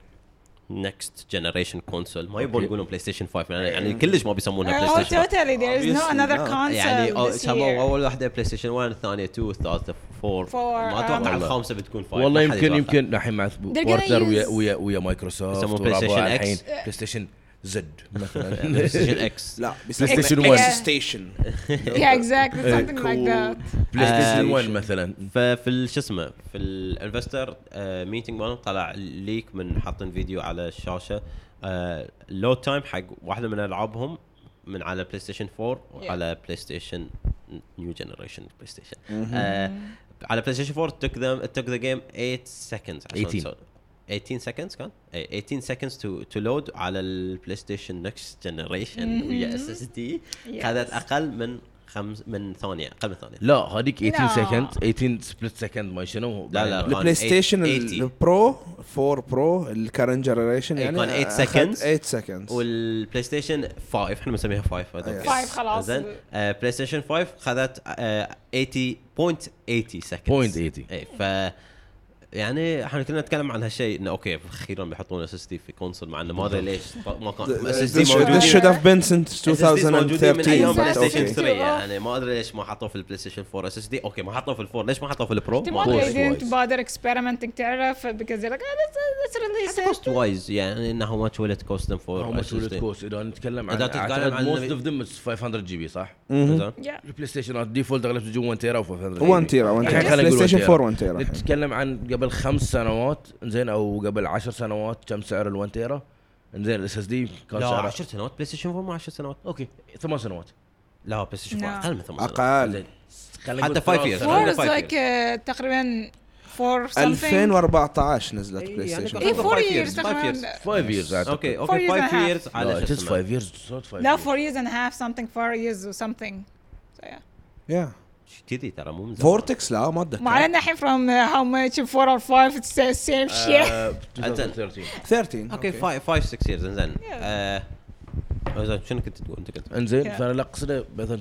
S2: نكست جنريشن كونسول ما يبون يقولون بلاي ستيشن 5 يعني- يعني كلش ما بيسمونها
S1: Oh,
S2: بلاي ستيشن 5
S1: totally. There is no
S4: Obviously
S1: another
S4: not.
S2: يعني أو-
S1: console this
S2: سموا
S1: year.
S2: اول واحده بلاي ستيشن 1 الثانيه 2 الثالثه 4
S1: Four،
S2: ما اتوقع
S1: um,
S2: الخامسه بتكون 5
S3: والله يمكن يمكن الحين مع بارتنر ويا ويا ويا مايكروسوفت
S2: يسموه
S3: وربع
S2: PlayStation X.
S3: الحين بلاي ستيشن زد مثلا
S2: بلاي ستيشن اكس
S4: لا
S3: بلاي ستيشن
S1: X-
S4: اكس
S3: 1
S4: ستيشن
S1: Yeah, exactly. Something like that.
S3: بلاي ستيشن
S2: آه،
S4: Uh,
S3: 1 مثلا
S2: ففي ال- شو اسمه في الانفستر ميتنج مالهم طلع ليك من حاطين فيديو على الشاشه لو تايم حق واحده من العابهم من على بلاي ستيشن 4 وعلى بلاي ستيشن نيو جنريشن بلاي ستيشن على بلاي ستيشن 4 took them it took the game 8 seconds
S3: 18.
S2: 18 seconds كان؟ إيه، 18 seconds to to load على البلاي ستيشن نكست جنريشن ويا اس اس دي
S1: Yes.
S2: خذت اقل من خمس من ثانيه اقل من ثانيه
S3: لا هذيك 18
S1: لا.
S3: سكند 18 سبليت سكند ما شنو
S2: لا، لا.
S4: البلاي
S2: 8
S4: ستيشن
S2: 80.
S4: البرو 4 برو الكرنت جنريشن
S2: إيه،
S4: يعني
S2: كان 8
S4: أخذ
S2: seconds.
S4: 8 سكندز
S2: والبلاي ستيشن 5 احنا بنسميها 5 I don't
S4: Yes.
S2: care.
S1: 5 خلاص.
S2: زين آه، بلاي ستيشن 5 خذت آه، 80.80 سكند
S3: 0.80.
S2: اي إيه، ف يعني احنا كنا نتكلم عن هالشيء انه اوكي اخيرا بيحطون اس اس دي في كونسول مع انه ما ادري ليش ما كان اس اس دي موجودين
S4: uh, This should have been since
S2: SSD موجودين من ايام
S4: 2013
S2: بلاي
S4: but
S2: ستيشن
S4: okay.
S2: 3 يعني ما ادري ليش ما حطوه في البلاي ستيشن 4 اس اس دي اوكي ما حطوه في الفور ليش ما حطوه في البرو؟
S1: They want-
S3: course
S1: they didn't
S3: wise.
S1: bother experimenting تعرف because they're like oh, let's, let's release it.
S2: كوست وايز يعني انه هاو ماتش ويل ات كوست ذم فور
S3: هو مسؤولية كوست اذا نتكلم عن
S2: إذا تتكلم عن-
S3: موست اوف ذم 500 جي بي صح؟
S1: Yeah.
S3: البلاي ستيشن الديفولت اغلبها تجي 1 تيرا و 500
S4: 1 تيرا 1
S3: الحين
S4: تيرا بلاي
S3: يعني خلينا نقول 1
S4: ستيشن
S3: تيرا.
S4: 4 1 تيرا
S3: نتكلم عن قبل خمس سنوات زين او قبل 10 سنوات كم سعر ال 1 تيرا زين الاس اس دي كان
S2: لا
S3: سعره
S2: 10 سنوات بلاي ستيشن 4 ما 10 سنوات
S3: اوكي ثمان سنوات
S2: لا بلاي ستيشن 4
S1: لا.
S2: اقل من ثمان سنوات
S4: اقل
S3: خلينا نقول
S2: حتى five
S3: ثمان
S2: years.
S1: Four
S3: سنوات.
S2: Under
S1: is
S2: five
S1: like uh, تقريبا four something.
S4: 2014 نزلت بلاي
S2: يعني
S1: إيه،
S4: ستيشن
S1: four
S2: Five
S1: years
S2: years.
S1: تقريبا.
S3: Five years اعتقد
S2: اوكي
S1: Four
S2: اوكي
S1: years
S2: 5
S1: and a half.
S2: years على
S3: لا
S2: شو
S3: just
S2: اسمه
S3: five years it's not five
S1: No,
S3: years.
S1: four years and a half something, four years or something. So yeah.
S4: يا
S2: كذي ترى مو من زمان
S4: فورتكس لا ما اتذكر
S1: ما علينا الحين from uh, how much 4 or 5 it's the same
S2: Uh,
S1: shit
S3: آه، ب 2013
S4: 13
S2: اوكي 5 5 6 years زين آه، زين شنو كنت تقول انت كنت
S3: انزين
S1: Yeah.
S3: فانا اللي اقصده مثلا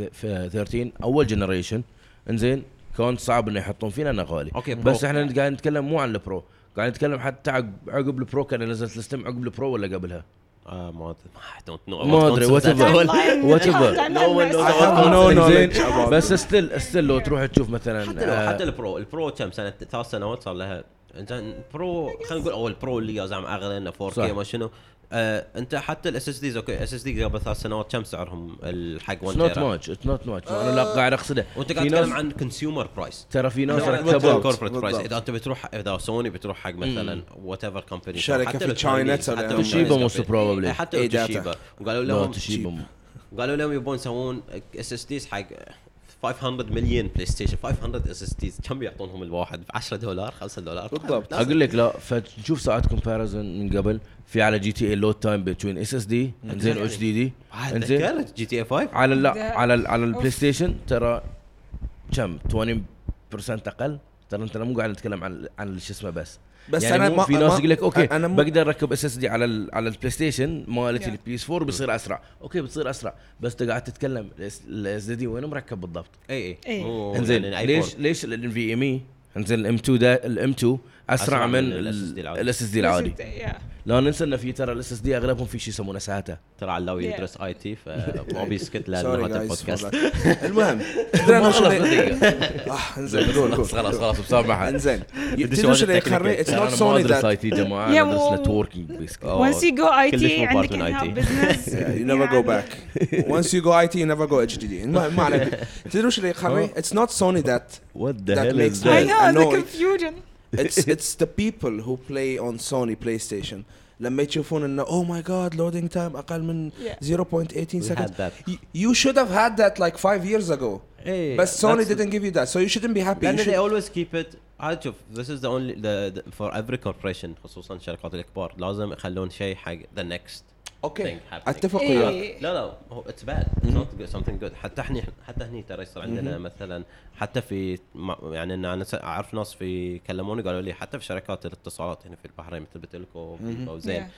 S3: 2013 اول جنريشن انزين كان صعب انه يحطون فينا نغالي
S2: اوكي
S3: بس
S2: برو.
S3: احنا قاعد نتكلم مو عن البرو قاعد نتكلم حتى عقب عقب البرو كان نزلت الستم عقب البرو ولا قبلها
S2: آه، ما ادري I don't know.
S3: ما أدري،
S2: Don't
S3: whatever.
S2: say that.
S1: Timeline-
S3: What about-
S1: timeline
S2: No one knows
S1: mess.
S2: about
S4: have no
S3: إنزين،
S4: knowledge about
S3: بس ستيل ستيل لو تروح تشوف مثلا
S2: حتى لو حتى
S3: آه،
S2: البرو البرو كم سنه ثلاث سنوات صار لها زين برو خلينا نقول او البرو اللي يا زعم اغلى انه 4
S3: صح.
S2: كي ما شنو آه انت حتى الاس اس ديز اوكي اس اس ديز قبل ثلاث سنوات كم سعرهم الحق 1
S3: اتس نوت
S2: تيرا
S3: ماتش اتس نوت ماتش انا لا قاعد اقصده
S2: وانت
S3: في
S2: قاعد
S3: ناس-
S2: تتكلم عن كونسيومر برايس
S3: ترى في ناس
S4: بالضبط.
S3: ركبوا
S2: كوربريت برايس اذا انت بتروح اذا سوني بتروح حق مثلا وات ايفر كمباني
S4: شركة في تشاينا تسوي لهم
S3: توشيبا Mm. most probably.
S2: حتى
S4: إيه،
S2: لو
S4: داتا.
S2: توشيبا وقالوا
S3: لا
S2: لهم
S3: تشيب أم.
S2: قالوا لهم يبون يسوون اس اس ديز حق 500 مليون بلاي ستيشن 500 اس اس ديز كم يعطونهم الواحد 10 دولار 5 دولار
S4: بالضبط.
S2: لازم.
S3: اقول لك لا فتشوف ساعات كومباريزن من قبل في على جي تي اي لود تايم بين اس اس دي انزين
S2: يعني.
S3: اتش دي دي
S2: آه،
S3: انزين
S2: تذكرت جي تي إيه، اي 5
S3: على لا
S1: ده-
S3: على ال- على البلاي
S1: أوف.
S3: ستيشن ترى كم 20% اقل ترى انت مو قاعد نتكلم عن عن شو اسمه بس
S4: بس
S3: يعني
S4: أنا
S3: مو
S4: ما-
S3: في ناس
S4: ما-
S3: يقول لك اوكي
S4: أنا
S3: أنا
S4: مو-
S3: بقدر اركب اس اس دي على ال على البلاي ستيشن مالتي
S1: Yeah.
S3: البي اس 4 بيصير اسرع اوكي بتصير اسرع بس انت قاعد تتكلم الاس دي وين مركب بالضبط
S2: اي
S1: إيه.
S2: مو
S3: انزين
S2: يعني آيفون.
S3: ليش ليش الانفي ام اي انزين الام 2 ده الام 2 اسرع
S2: أسرع
S3: من
S2: من ال SSD العادي.
S3: الاس اس دي العادي
S1: Yeah.
S3: لا ننسى ان في ترى الاس اس دي اغلبهم في شيء يسمونه ساتا
S2: ترى علاوي
S1: Yeah.
S2: يدرس اي تي فما بيسكت
S4: Sorry
S2: لانه هذا
S4: guys for
S2: البودكاست
S4: that. المهم تدري أنا
S3: ما
S4: شنو-
S3: غلط دقيقة.
S4: آه، انزين قول قول
S3: خلاص خلاص خلاص بسام معها
S4: انزين
S2: بدي
S4: تدري
S2: سؤال
S4: شنو
S2: technical.
S4: يخرب اتس
S3: ترى
S4: نوت
S3: انا ما
S4: سوني
S3: ادرس اي
S4: ذات
S3: تي جماعه
S1: يا
S3: انا
S1: مو-
S3: ادرس نتوركينج بيسكلي
S2: أوه.
S1: once you go IT
S2: كلش مو
S1: عندك
S2: part من
S1: إنها
S2: IT.
S1: business
S4: You never go back. Once you go IT, you never go HDD. المهم ما عليك. تدري وش اللي
S2: Oh.
S4: يخرب؟ It's not Sony that
S2: وات ذا
S4: that
S2: هيل
S4: makes
S1: I
S4: me
S2: ذا
S1: know the
S4: annoyed.
S1: confusion
S4: it's it's the people who play on Sony PlayStation لما يشوفون انه oh my god loading time اقل من
S1: Yeah.
S4: 0.18
S2: We had
S4: seconds
S2: that.
S4: Y- you should have had that like five years ago
S2: Hey,
S4: but Sony
S2: that's-
S4: didn't give you that so you shouldn't be happy you
S2: لان they
S4: should...
S2: always keep it عاد شوف this is the only the, the for every corporation خصوصا الشركات الكبار لازم يخلون شيء حق the next
S4: اوكي
S2: thing happening.
S4: اتفق
S1: إيه.
S4: وياك
S2: لا لا هو اتس باد نوت something جود حتى احنا حتى هني ترى يصير عندنا مثلا حتى في ما- يعني إن انا س- اعرف ناس في كلموني قالوا لي حتى في شركات الاتصالات هنا في البحرين مثل بتلكو او زين
S1: Yeah.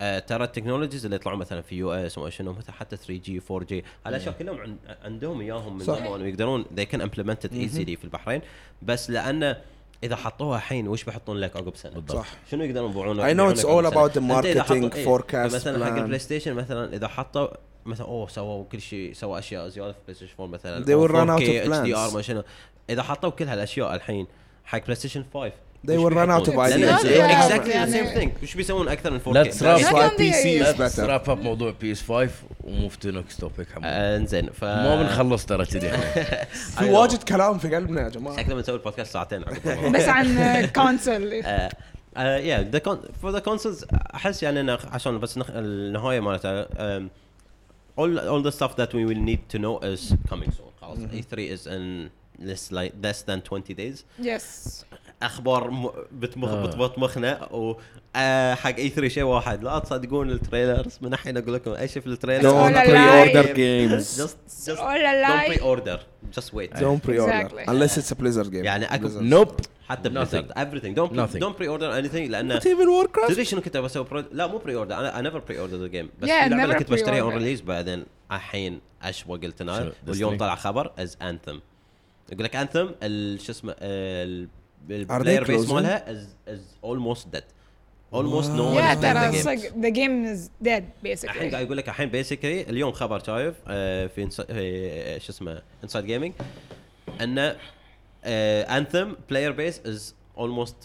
S2: آه ترى التكنولوجيز اللي يطلعون مثلا في يو اس وما شنو مثلا حتى 3 جي 4 جي هالاشياء كلهم عن- عندهم اياهم من
S4: صح.
S2: زمان ويقدرون they can implement it easily في البحرين بس لانه اذا حطوها الحين وش بيحطون لك عقب سنه؟
S4: بالضبط. صح.
S2: شنو يقدرون يبيعون
S4: I know it's all about the
S2: أنت إذا حطوا-
S4: marketing
S2: إيه،
S4: forecast
S2: مثلا حق
S4: plan.
S2: البلاي ستيشن مثلا اذا حطوا مثلا اوه سووا كل شيء سووا اشياء زياده في بلاي ستيشن 4 مثلا
S4: They will run out of
S2: دي
S4: plans.
S2: ار ما شنو اذا حطوا كل هالاشياء الحين حق بلاي ستيشن 5
S4: They will run out of
S1: ideas. Yeah.
S2: اكزاكتلي ذا
S1: يعني-
S2: سيم ثينج وش بيسوون اكثر من 4K
S3: Let's wrap
S4: that's
S1: Not
S4: why
S1: on the-
S4: PC is
S3: ليتس
S4: better
S3: راب اب موضوع بي اس 5 وموف تو نكست توبيك
S2: آه، انزين ف
S3: ما بنخلص ترى كذي إحنا.
S4: في واجد كلام في قلبنا يا جماعه
S2: شكلنا بنسوي البودكاست ساعتين عقب
S1: بس عن كونسل
S2: آه، يا ذا فور ذا كونسولز احس يعني انه عشان بس نخ... النهايه مالتها um, all all the stuff that we will need to know is coming soon خلاص E3 is in less like less than 20 days
S1: يس
S2: اخبار م... بتمخ
S3: آه.
S2: بتبط مخنا و آه، حق اي 3 شيء واحد لا تصدقون التريلرز من الحين اقول لكم اي شيء في التريلر
S1: Don't
S4: don't
S1: All
S4: pre-order
S1: alive.
S4: games
S2: just just
S1: all
S2: don't
S1: alive.
S2: pre-order just wait
S4: don't pre-order
S1: Exactly.
S4: unless it's a Blizzard game
S2: يعني اكو
S4: Blizzard.
S3: نوب
S2: حتى
S3: Nothing.
S2: Blizzard everything don't
S3: Nothing.
S2: don't pre-order anything لانه
S4: not even Warcraft
S2: تدري شنو كنت بسوي برو... لا مو بري اوردر انا اي نيفر بري اوردر ذا جيم بس
S1: Yeah,
S2: في لعبه اللي
S1: never
S2: كنت بشتريها اون
S1: pre-order.
S2: ريليز بعدين الحين اشوى قلت نار
S3: شنو؟
S2: واليوم
S3: Destiny؟
S2: طلع خبر از انثم يقول لك انثم شو اسمه ال-
S4: they
S2: البلاير بيس
S4: closing?
S2: مالها از از اولموست ديد اولموست نو
S1: يا ترى صدق the game is dead
S2: الحين
S1: basically
S2: قاعد يقول لك الحين بيسكلي اليوم خبر شايف آه، في إنس- في آه، شو اسمه انسايد جيمنج انه انثم بلاير بيس از اولموست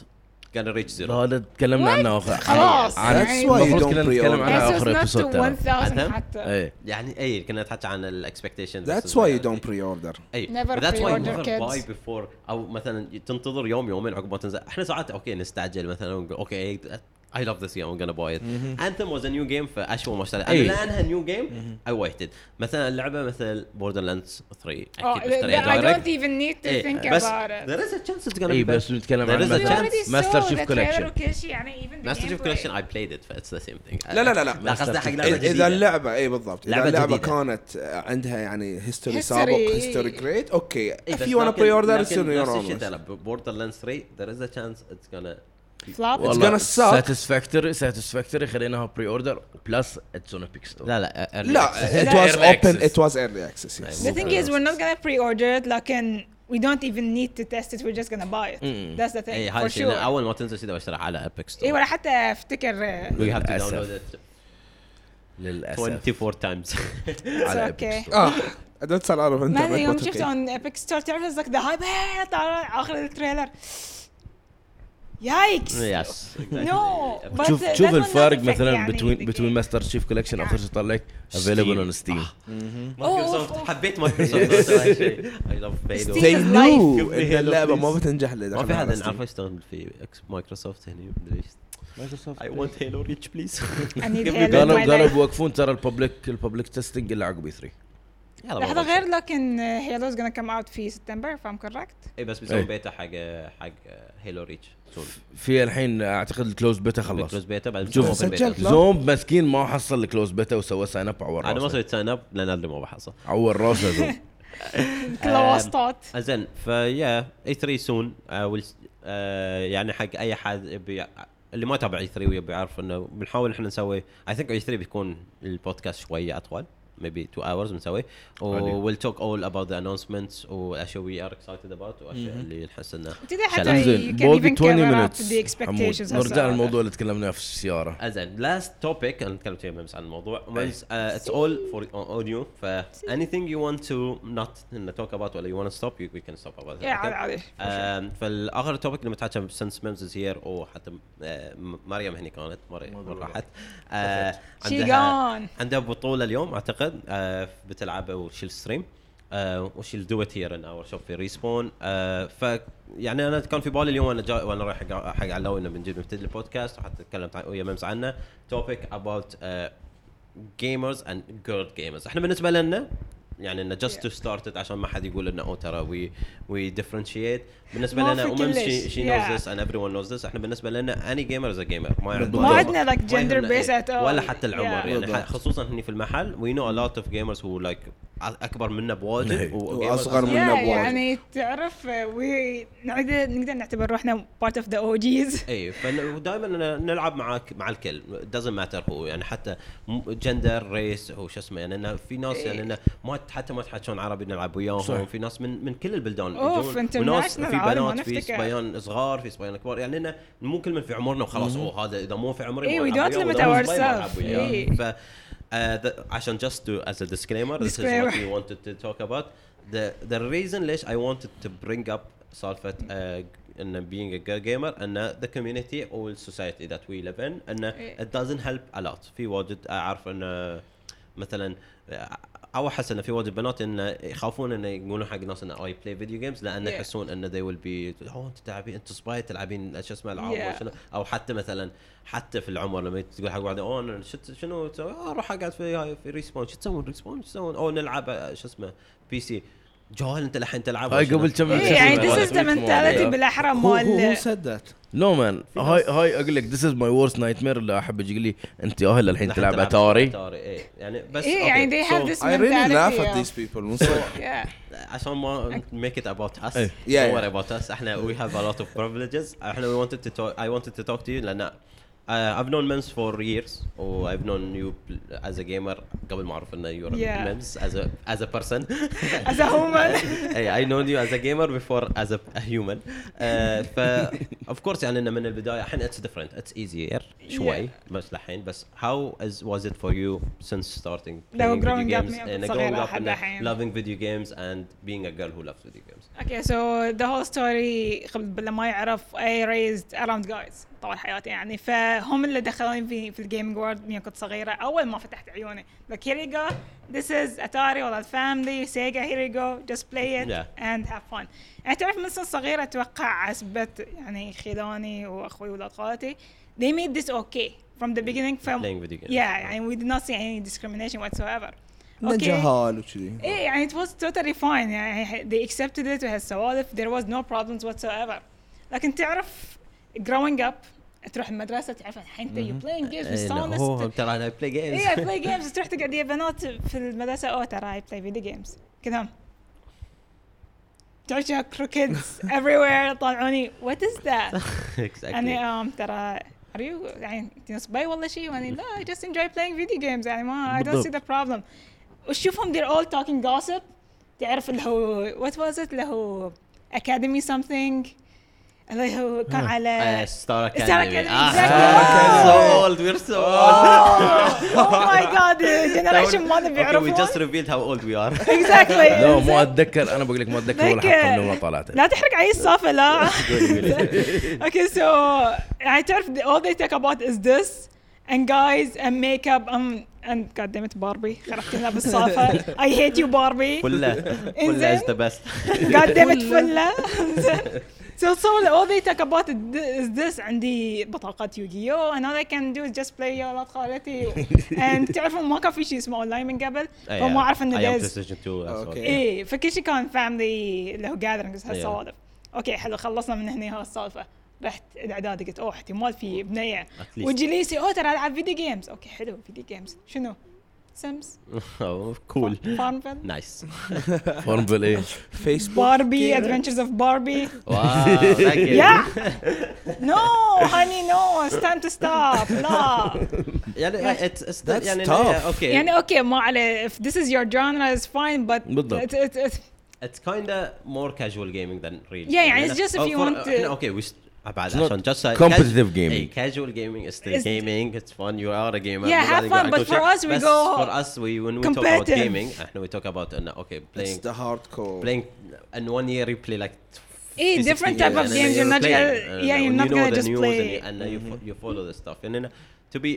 S2: gonna ريتش زيرو
S3: هذا تكلمنا عنه اخر
S1: خلاص.
S3: عن-
S1: That's
S4: why you
S3: المفروض
S4: don't
S3: كنا نتكلم
S4: pre-order.
S3: عنه
S1: This is
S3: اخر
S1: not to
S3: episode ترى
S1: 1000
S2: أثم؟
S1: حتى
S3: ايه
S2: يعني اي كنا نتحكي عن الاكسبكتيشن
S4: that's why you don't pre-order
S2: اي
S1: Never
S2: But that's why you
S1: pre-order
S2: never
S1: kids.
S2: buy before او مثلا تنتظر يوم يومين عقب ما تنزل احنا ساعات اوكي نستعجل مثلا ونقول اوكي I love this game. I'm gonna buy it. Anthem was a new game فاشوى ما اشتريت.
S3: أي.
S2: أنا لانها new game I waited. مثلا اللعبه مثل Borderlands 3
S1: Oh,
S2: اكيد
S3: يعني
S2: بشتريها
S1: I don't
S2: direct.
S1: even need to
S2: إيه،
S1: think
S2: بس
S1: about it.
S2: there is a chance it's gonna
S3: اي
S2: be
S3: إيه، بس
S2: better.
S3: نتكلم
S2: There
S3: عن
S2: is a
S1: We
S2: chance.
S1: already saw
S3: Master Chief
S1: the trailer
S3: Collection.
S1: وكل شيء، يعني even the
S2: Master Chief
S1: gameplay.
S2: Collection I played it فاتس ذا سيم ثينج.
S4: لا لا لا لا
S2: لا قصدي حق لعبه
S4: إذا- اذا
S2: جديده.
S4: اللعبه اي بالضبط اذا
S2: لعبة
S4: اللعبه
S2: جديدة.
S4: كانت آه، عندها يعني هيستوري
S1: History.
S4: سابق هيستوري جريت اوكي
S2: إيه،
S4: if
S2: بس
S4: you wanna
S2: لكن-
S4: pre order it's
S2: لكن
S4: in
S2: نفس
S4: your own
S2: الشيء
S4: risk.
S2: ترى Borderlands 3 there is a chance it's gonna
S1: Flop.
S4: It's gonna suck.
S3: ساتسفاكتوري ساتسفاكتوري خليناها بري اوردر بلس اتس اون بيك ستور
S2: لا لا
S4: لا it
S1: لا،
S4: was open
S3: early access.
S4: it was early access yes.
S1: The thing is, we're not gonna pre-order it. Like, we don't even need to test it. We're just gonna buy it. That's the
S2: اي
S3: إيه،
S1: thing for
S2: هذا إيه، الشيء أنا
S1: sure.
S2: اول ما تنزل كذا بشتري على ابيك
S1: إيه
S2: ستور
S1: ولا حتى أفتكر. آه،
S2: وي هاف تو
S3: للأسف.
S2: داونلود ات
S3: للاسف
S2: 24 تايمز
S3: على
S1: okay.
S3: Epic Store.
S4: اه that's a lot of
S1: ما ادري يوم
S4: internet
S1: شفته اون ايبك ستور تعرف قصدك ذا هايب إيه، طلع اخر التريلر
S3: إيه،
S1: يايكس
S2: يس
S1: نو
S3: شوف شوف الفارق مثلا بتوين بتوين ماستر شيف كولكشن او فرصه طلع لك افيلبل اون ستيم
S1: أوف،
S2: مايكروسوفت
S1: أوف.
S2: حبيت مايكروسوفت اي لاف
S1: Steam.
S2: بيلو
S4: they
S1: Oh, is
S4: knew
S2: life.
S4: ان اللعبه ما بتنجح اللي
S2: ما في
S4: دخلها
S2: حدا
S4: على
S2: نعرفه
S4: Steam.
S2: يشتغل في إكس- مايكروسوفت هني مدري ايش اي ونت هيلو ريتش بليز
S3: قالوا قالوا
S1: قالوا
S3: بيوقفون ترى الببليك الببليك تيستنج اللي عقب 3
S1: لحظه غير لكن هيلوز gonna come out في سبتمبر if I'm correct
S2: اي بس بيسوون
S3: إيه.
S2: بيتا حق حق هيلو ريتش
S3: في الحين اعتقد الكلوز بيتا خلص
S2: كلوز بيتا بعد
S3: شوف.
S2: بيسوون open beta.
S4: سجلت لا.
S3: زومب مسكين ما حصل الكلوز بيتا وسوى ساين اب عور
S2: انا ما
S3: راسه
S2: سويت ساين اب لان ادري ما بحصل
S3: عور راسه زومب
S1: كلها واسطات
S2: زين فيا E اي 3 سون يعني حق اي حد يبي اللي ما تابع اي 3 ويبي يعرف انه بنحاول احنا نسوي اي ثينك اي 3 بيكون البودكاست شويه اطول maybe 2 hours بنسوي و we'll talk all about the announcements والاشياء we are excited about والاشياء اللي نحس انه
S1: تدري حتى
S2: شلل.
S1: طيب، you
S3: زين
S1: can
S3: باقي
S1: even
S3: 20
S1: cover up
S3: minutes
S1: the expectations
S3: حمود
S1: as
S3: نرجع
S1: well.
S3: للموضوع اللي تكلمناه في السياره
S2: آه، زين لاست توبيك نتكلم فيه امس عن الموضوع آه، اتس اول فور اون يو ف anything you want to not talk about ولا you want to stop you we can stop about that
S1: إيه، عادي عادي
S2: آم، فالاخر توبيك اللي متحكم سنس ميمز از هير او حتى آه، م- مريم هني كانت مريم راحت آه،
S1: She
S2: عندها
S1: gone.
S2: عندها بطوله اليوم اعتقد آه، بتلعبها وشيل ستريم وشيل دو ات هير ان اور شوب في ريسبون ف يعني انا كان في بالي اليوم وانا جاي وانا رايح حق حق علاوي انه بنجيب نبتدي البودكاست وحتى تكلمت عن- ويا ميمز عنه آه، توبيك اباوت جيمرز اند جيرل جيمرز احنا بالنسبه لنا يعني انه جاست تو ستارت ات عشان ما حد يقول انه او ترى وي وي ديفرنشيت بالنسبه
S1: ما
S2: لنا
S1: في
S2: وميمز
S1: كلش.
S2: شي, شي
S1: Yeah.
S2: نوز ذس اند ايفري ون نوز ذس احنا بالنسبه لنا اني جيمر از جيمر ما عندنا
S1: ما عندنا like
S2: يعني ما يهمنا
S1: gender
S2: إيه.
S1: based at all.
S2: ولا حتى العمر
S1: Yeah.
S2: يعني ح-
S4: بالضبط.
S2: خصوصا هني في المحل وي نو ا لوت اوف جيمرز هو لايك اكبر منا بواجد
S3: إيه.
S4: وأصغر
S1: Yeah,
S4: من أبواب.
S1: يعني تعرف uh, we نقدر نقدر نعتبر روحنا part of the OGs
S2: اي فدائما نلعب معاك مع الكل دزنت ماتر هو يعني حتى جندر ريس هو شو اسمه يعني انه في ناس
S1: إيه.
S2: يعني انه ما حتى ما يتحكون عربي نلعب وياهم
S3: صح.
S2: في ناس من من كل البلدان
S1: أوف،
S2: يجون،
S1: international
S2: وناس في
S1: عالم،
S2: بنات
S1: أنا
S2: في
S1: أفتكر.
S2: صبيان صغار في صبيان كبار يعني انه مو كل من في عمرنا وخلاص اوه هذا اذا مو في عمري
S1: إيه،
S2: ما
S1: we
S2: ألعب
S1: don't
S2: وياه،
S1: limit
S2: وإذا مو صغير ما ألعب
S1: ourselves.
S2: وياه.
S1: إيه.
S2: ف uh, the, عشان just to as a disclaimer, this is what
S1: Disclaimer.
S2: we wanted to talk about the the reason ليش I wanted to bring up سالفة uh, ان being a girl gamer ان the community or society that we live in ان
S1: إيه.
S2: it doesn't help a lot في واجد اعرف ان مثلا او احس ان في واجد بنات ان يخافون ان يقولون حق ناس ان I play video games لان
S1: Yeah.
S2: يحسون ان they will be oh انت تلعبين انت صباي تلعبين شو اسمه العاب
S1: Yeah.
S2: وشنو او حتى مثلا حتى في العمر لما تقول حق واحد اوه أنا شت- شنو تسوي؟ اه اروح اقعد في هاي في ريسبون شو تسوون ريسبون شو تسوون؟ او نلعب آه، شو اسمه بي سي جوال انت الحين تلعب
S3: هاي قبل كم
S1: إيه، يعني this is the
S3: ولا-
S1: mentality
S3: ولا-
S1: بالاحرى
S4: هو هو
S1: مال
S4: سدت
S3: نو مان هاي هاي اقول لك ذيس از ماي ورست نايت مير اللي احب يجي لي انت اهل الحين تلعب اتاري
S2: اتاري ايه يعني بس
S1: ايه
S2: okay.
S1: يعني they have
S2: So,
S1: this
S4: I really laugh
S1: mentality
S4: at
S1: of-
S4: these people من صدق
S1: yeah.
S2: عشان ما make it about us
S3: إيه.
S2: don't
S4: Yeah,
S2: worry
S4: yeah.
S2: about us احنا we have a lot of privileges احنا we wanted to talk I wanted to talk to you لان uh, I've known Mems for years or I've known you as a gamer قبل ما اعرف ان you're
S1: Yeah.
S2: Mems as a as a person
S1: As a human.
S2: اي اي نون يو از ا جيمر بيفور از ا هيومن Uh, ف اوف كورس يعني انه من البدايه الحين اتس ديفرنت اتس ايزير شوي بس الحين بس هاو از واز ات فور يو سينس ستارتنج
S1: لو growing up من كنت صغيرة لحد الحين.
S2: loving video games and being a girl who loves video games
S1: Okay, so the whole story قبل لما يعرف I raised around guys طول حياتي يعني فهم اللي دخلوني في في الجيمنج وورد من كنت صغيرة أول ما فتحت عيوني like here you go this is Atari ولا family Sega here you go just play it
S2: Yeah.
S1: and have fun يعني تعرف من سن صغيرة أتوقع عسبت يعني خلاني وأخوي وولاد خالتي they made this okay from the beginning from
S2: Playing video games.
S1: yeah يعني we did not see any discrimination whatsoever
S4: إنه جهال وكذي
S1: ايه يعني it was totally fine يعني they accepted it وهالسوالف there was no problems whatsoever لكن تعرف growing up تروح المدرسة تعرف الحين انت you playing games
S2: إيه، لا، هو
S1: مستانس
S2: ترى انا بلاي جيمز
S1: ايه I play games تروح تقعد يا بنات في المدرسة اوه ترى I play video games كذا تعرف شو هاك kids everywhere طالعوني what is that
S2: Exactly.
S1: يعني um, ترى are you يعني انت نصبي ولا شيء يعني لا I just enjoy playing video games يعني ما I don't see the problem وشوفهم they're all talking gossip تعرف اللي هو what was it اللي هو academy something اللي هو كان على
S2: آه، ستار اكاديمي
S1: ستار أكاديمي،
S2: آه،
S1: exactly.
S2: سو اولد وير سو اولد
S1: oh my god the generation ما نبي
S2: وي
S1: يعرفون
S2: جاست ريفيلد هاو اولد وي ار
S1: exactly
S3: لا مو اتذكر انا بقول لك ما اتذكر ولا
S1: ذاك-
S3: حلقه من ما طلعت
S1: لا تحرق علي السالفه لا okay so يعني تعرف they- all they talk about is this and guys and makeup um and god damn it باربي خربت لنا بالسالفه I hate you باربي
S2: كله كله
S1: إنزين.
S2: از ذا بيست
S1: god damn it فلة So so all they talk about is this عندي بطاقات يوغيو and all I can do is just play يا ولاد خالتي and تعرفون ما كان في شيء اسمه اونلاين من قبل فما اعرف انه there's
S2: إيه.
S4: أوكي.
S1: ايه فكل شيء كان فاملي اللي هو جاذرنجز
S2: أيوه.
S1: هالسوالف اوكي حلو خلصنا من هنا هالسالفه رحت الاعداد قلت اوه احتمال في بنيه
S2: At least.
S1: وجليسي اوه ترى العب فيديو جيمز اوكي حلو فيديو جيمز شنو؟ سيمز
S2: كول
S1: فارمفيل
S2: نايس
S3: فورمفيل ايه
S4: فيسبوك
S1: باربي
S4: كده.
S1: ادفنتشرز اوف باربي يا
S2: يا
S1: نو هاني نو ستاند تو ستوب لا
S2: يعني it's- it's-
S4: That's
S2: يعني
S4: tough.
S2: إنه- اوكي
S1: يعني اوكي ما عليه if this is your genre is fine but
S3: بالضبط.
S1: it- it- it-
S2: It's kinda more casual gaming than real.
S1: Yeah, yeah, it's just if
S2: Oh,
S1: you
S2: for-
S1: want to-
S2: إحنا- okay, we st- بعد
S3: It's not
S2: عشان just uh,
S3: competitive
S2: cas-
S3: gaming.
S2: Hey, casual gaming is still
S1: It's-
S2: gaming. It's fun. You are a gamer.
S1: Yeah,
S2: We
S1: have
S2: gotta
S1: fun,
S2: go
S1: but
S2: and
S1: for
S2: check.
S1: us, we
S2: بس
S1: go
S2: for us we when we talk about
S1: competitive.
S2: gaming, احنا we talk about إنه, okay
S4: It's
S2: playing
S4: the hardcore.
S2: playing in one year you play like
S1: إيه,
S2: 50,
S1: different
S2: 60
S1: type of
S2: and then
S1: games. You're not
S2: playing,
S1: gonna-
S2: and
S1: yeah,
S2: when
S1: you're not
S2: you know
S1: gonna
S2: the
S1: just
S2: news
S1: play-
S2: and you, and you,
S3: Mm-hmm.
S2: fo- you follow the stuff and then to be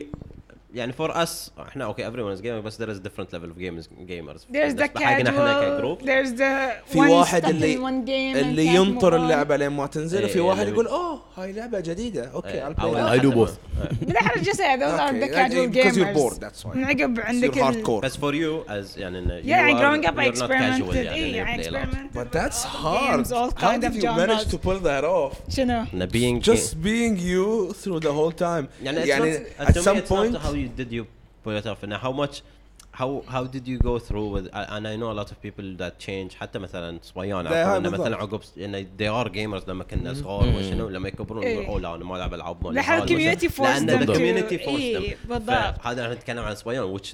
S2: يعني for us احنا okay everyone is gaming بس there is different level of games gamers
S1: there's
S2: بس
S1: the
S2: حقنا احنا
S1: casual
S2: كجروب
S1: there's the
S4: في
S1: one
S4: واحد
S1: stuck in
S4: اللي
S1: one game and
S4: اللي
S1: can't move
S4: ينطر
S1: on.
S4: اللعبه لين ما تنزل
S2: إيه،
S4: وفي واحد
S2: يعني- إيه،
S4: يقول اوه هاي لعبه جديده اوكي I'll play
S2: أو
S4: that.
S3: I do
S2: حتى-
S3: both.
S1: بالأحرى just say those are the
S4: Okay,
S1: casual
S4: because you're
S1: gamers.
S4: bored, that's why.
S1: من عقب عندك
S4: يصير هاردكور
S2: But for you, as يعني إنه uh, you
S1: Yeah, I
S2: are-
S1: growing up I
S2: you're not casual,
S1: experimented.
S2: يعني
S1: إيه,
S2: you
S1: I
S2: play a lot.
S1: experimented.
S4: But
S1: with
S4: that's
S1: all
S4: hard.
S1: Games, all
S4: How
S1: kind
S4: did
S1: of
S4: you manage
S1: genres.
S4: to pull that off?
S1: شنو؟
S2: إنه being
S4: Just being you through the whole time.
S2: يعني it's
S4: يعني
S2: not,
S4: at
S2: to me
S4: some
S2: it's
S4: point
S2: not how you did you pull it off and how much how how did you go through with and I know a lot of people that change حتى مثلا صبيان
S4: They
S2: عرفوا
S4: are
S2: إنه مثلا
S4: بالضبط.
S2: عقب يعني they are gamers لما كنا صغار وشنو لما يكبرون
S1: إيه.
S2: يقولوا "Oh، لا انا ما العب العاب ما ألعب
S1: لحد
S2: ألعاب."
S1: community forced
S2: لان
S1: them
S2: the
S1: to-
S2: community forced
S1: إيه،
S2: them
S1: بالضبط.
S2: فهذا احنا نتكلم عن صبيان which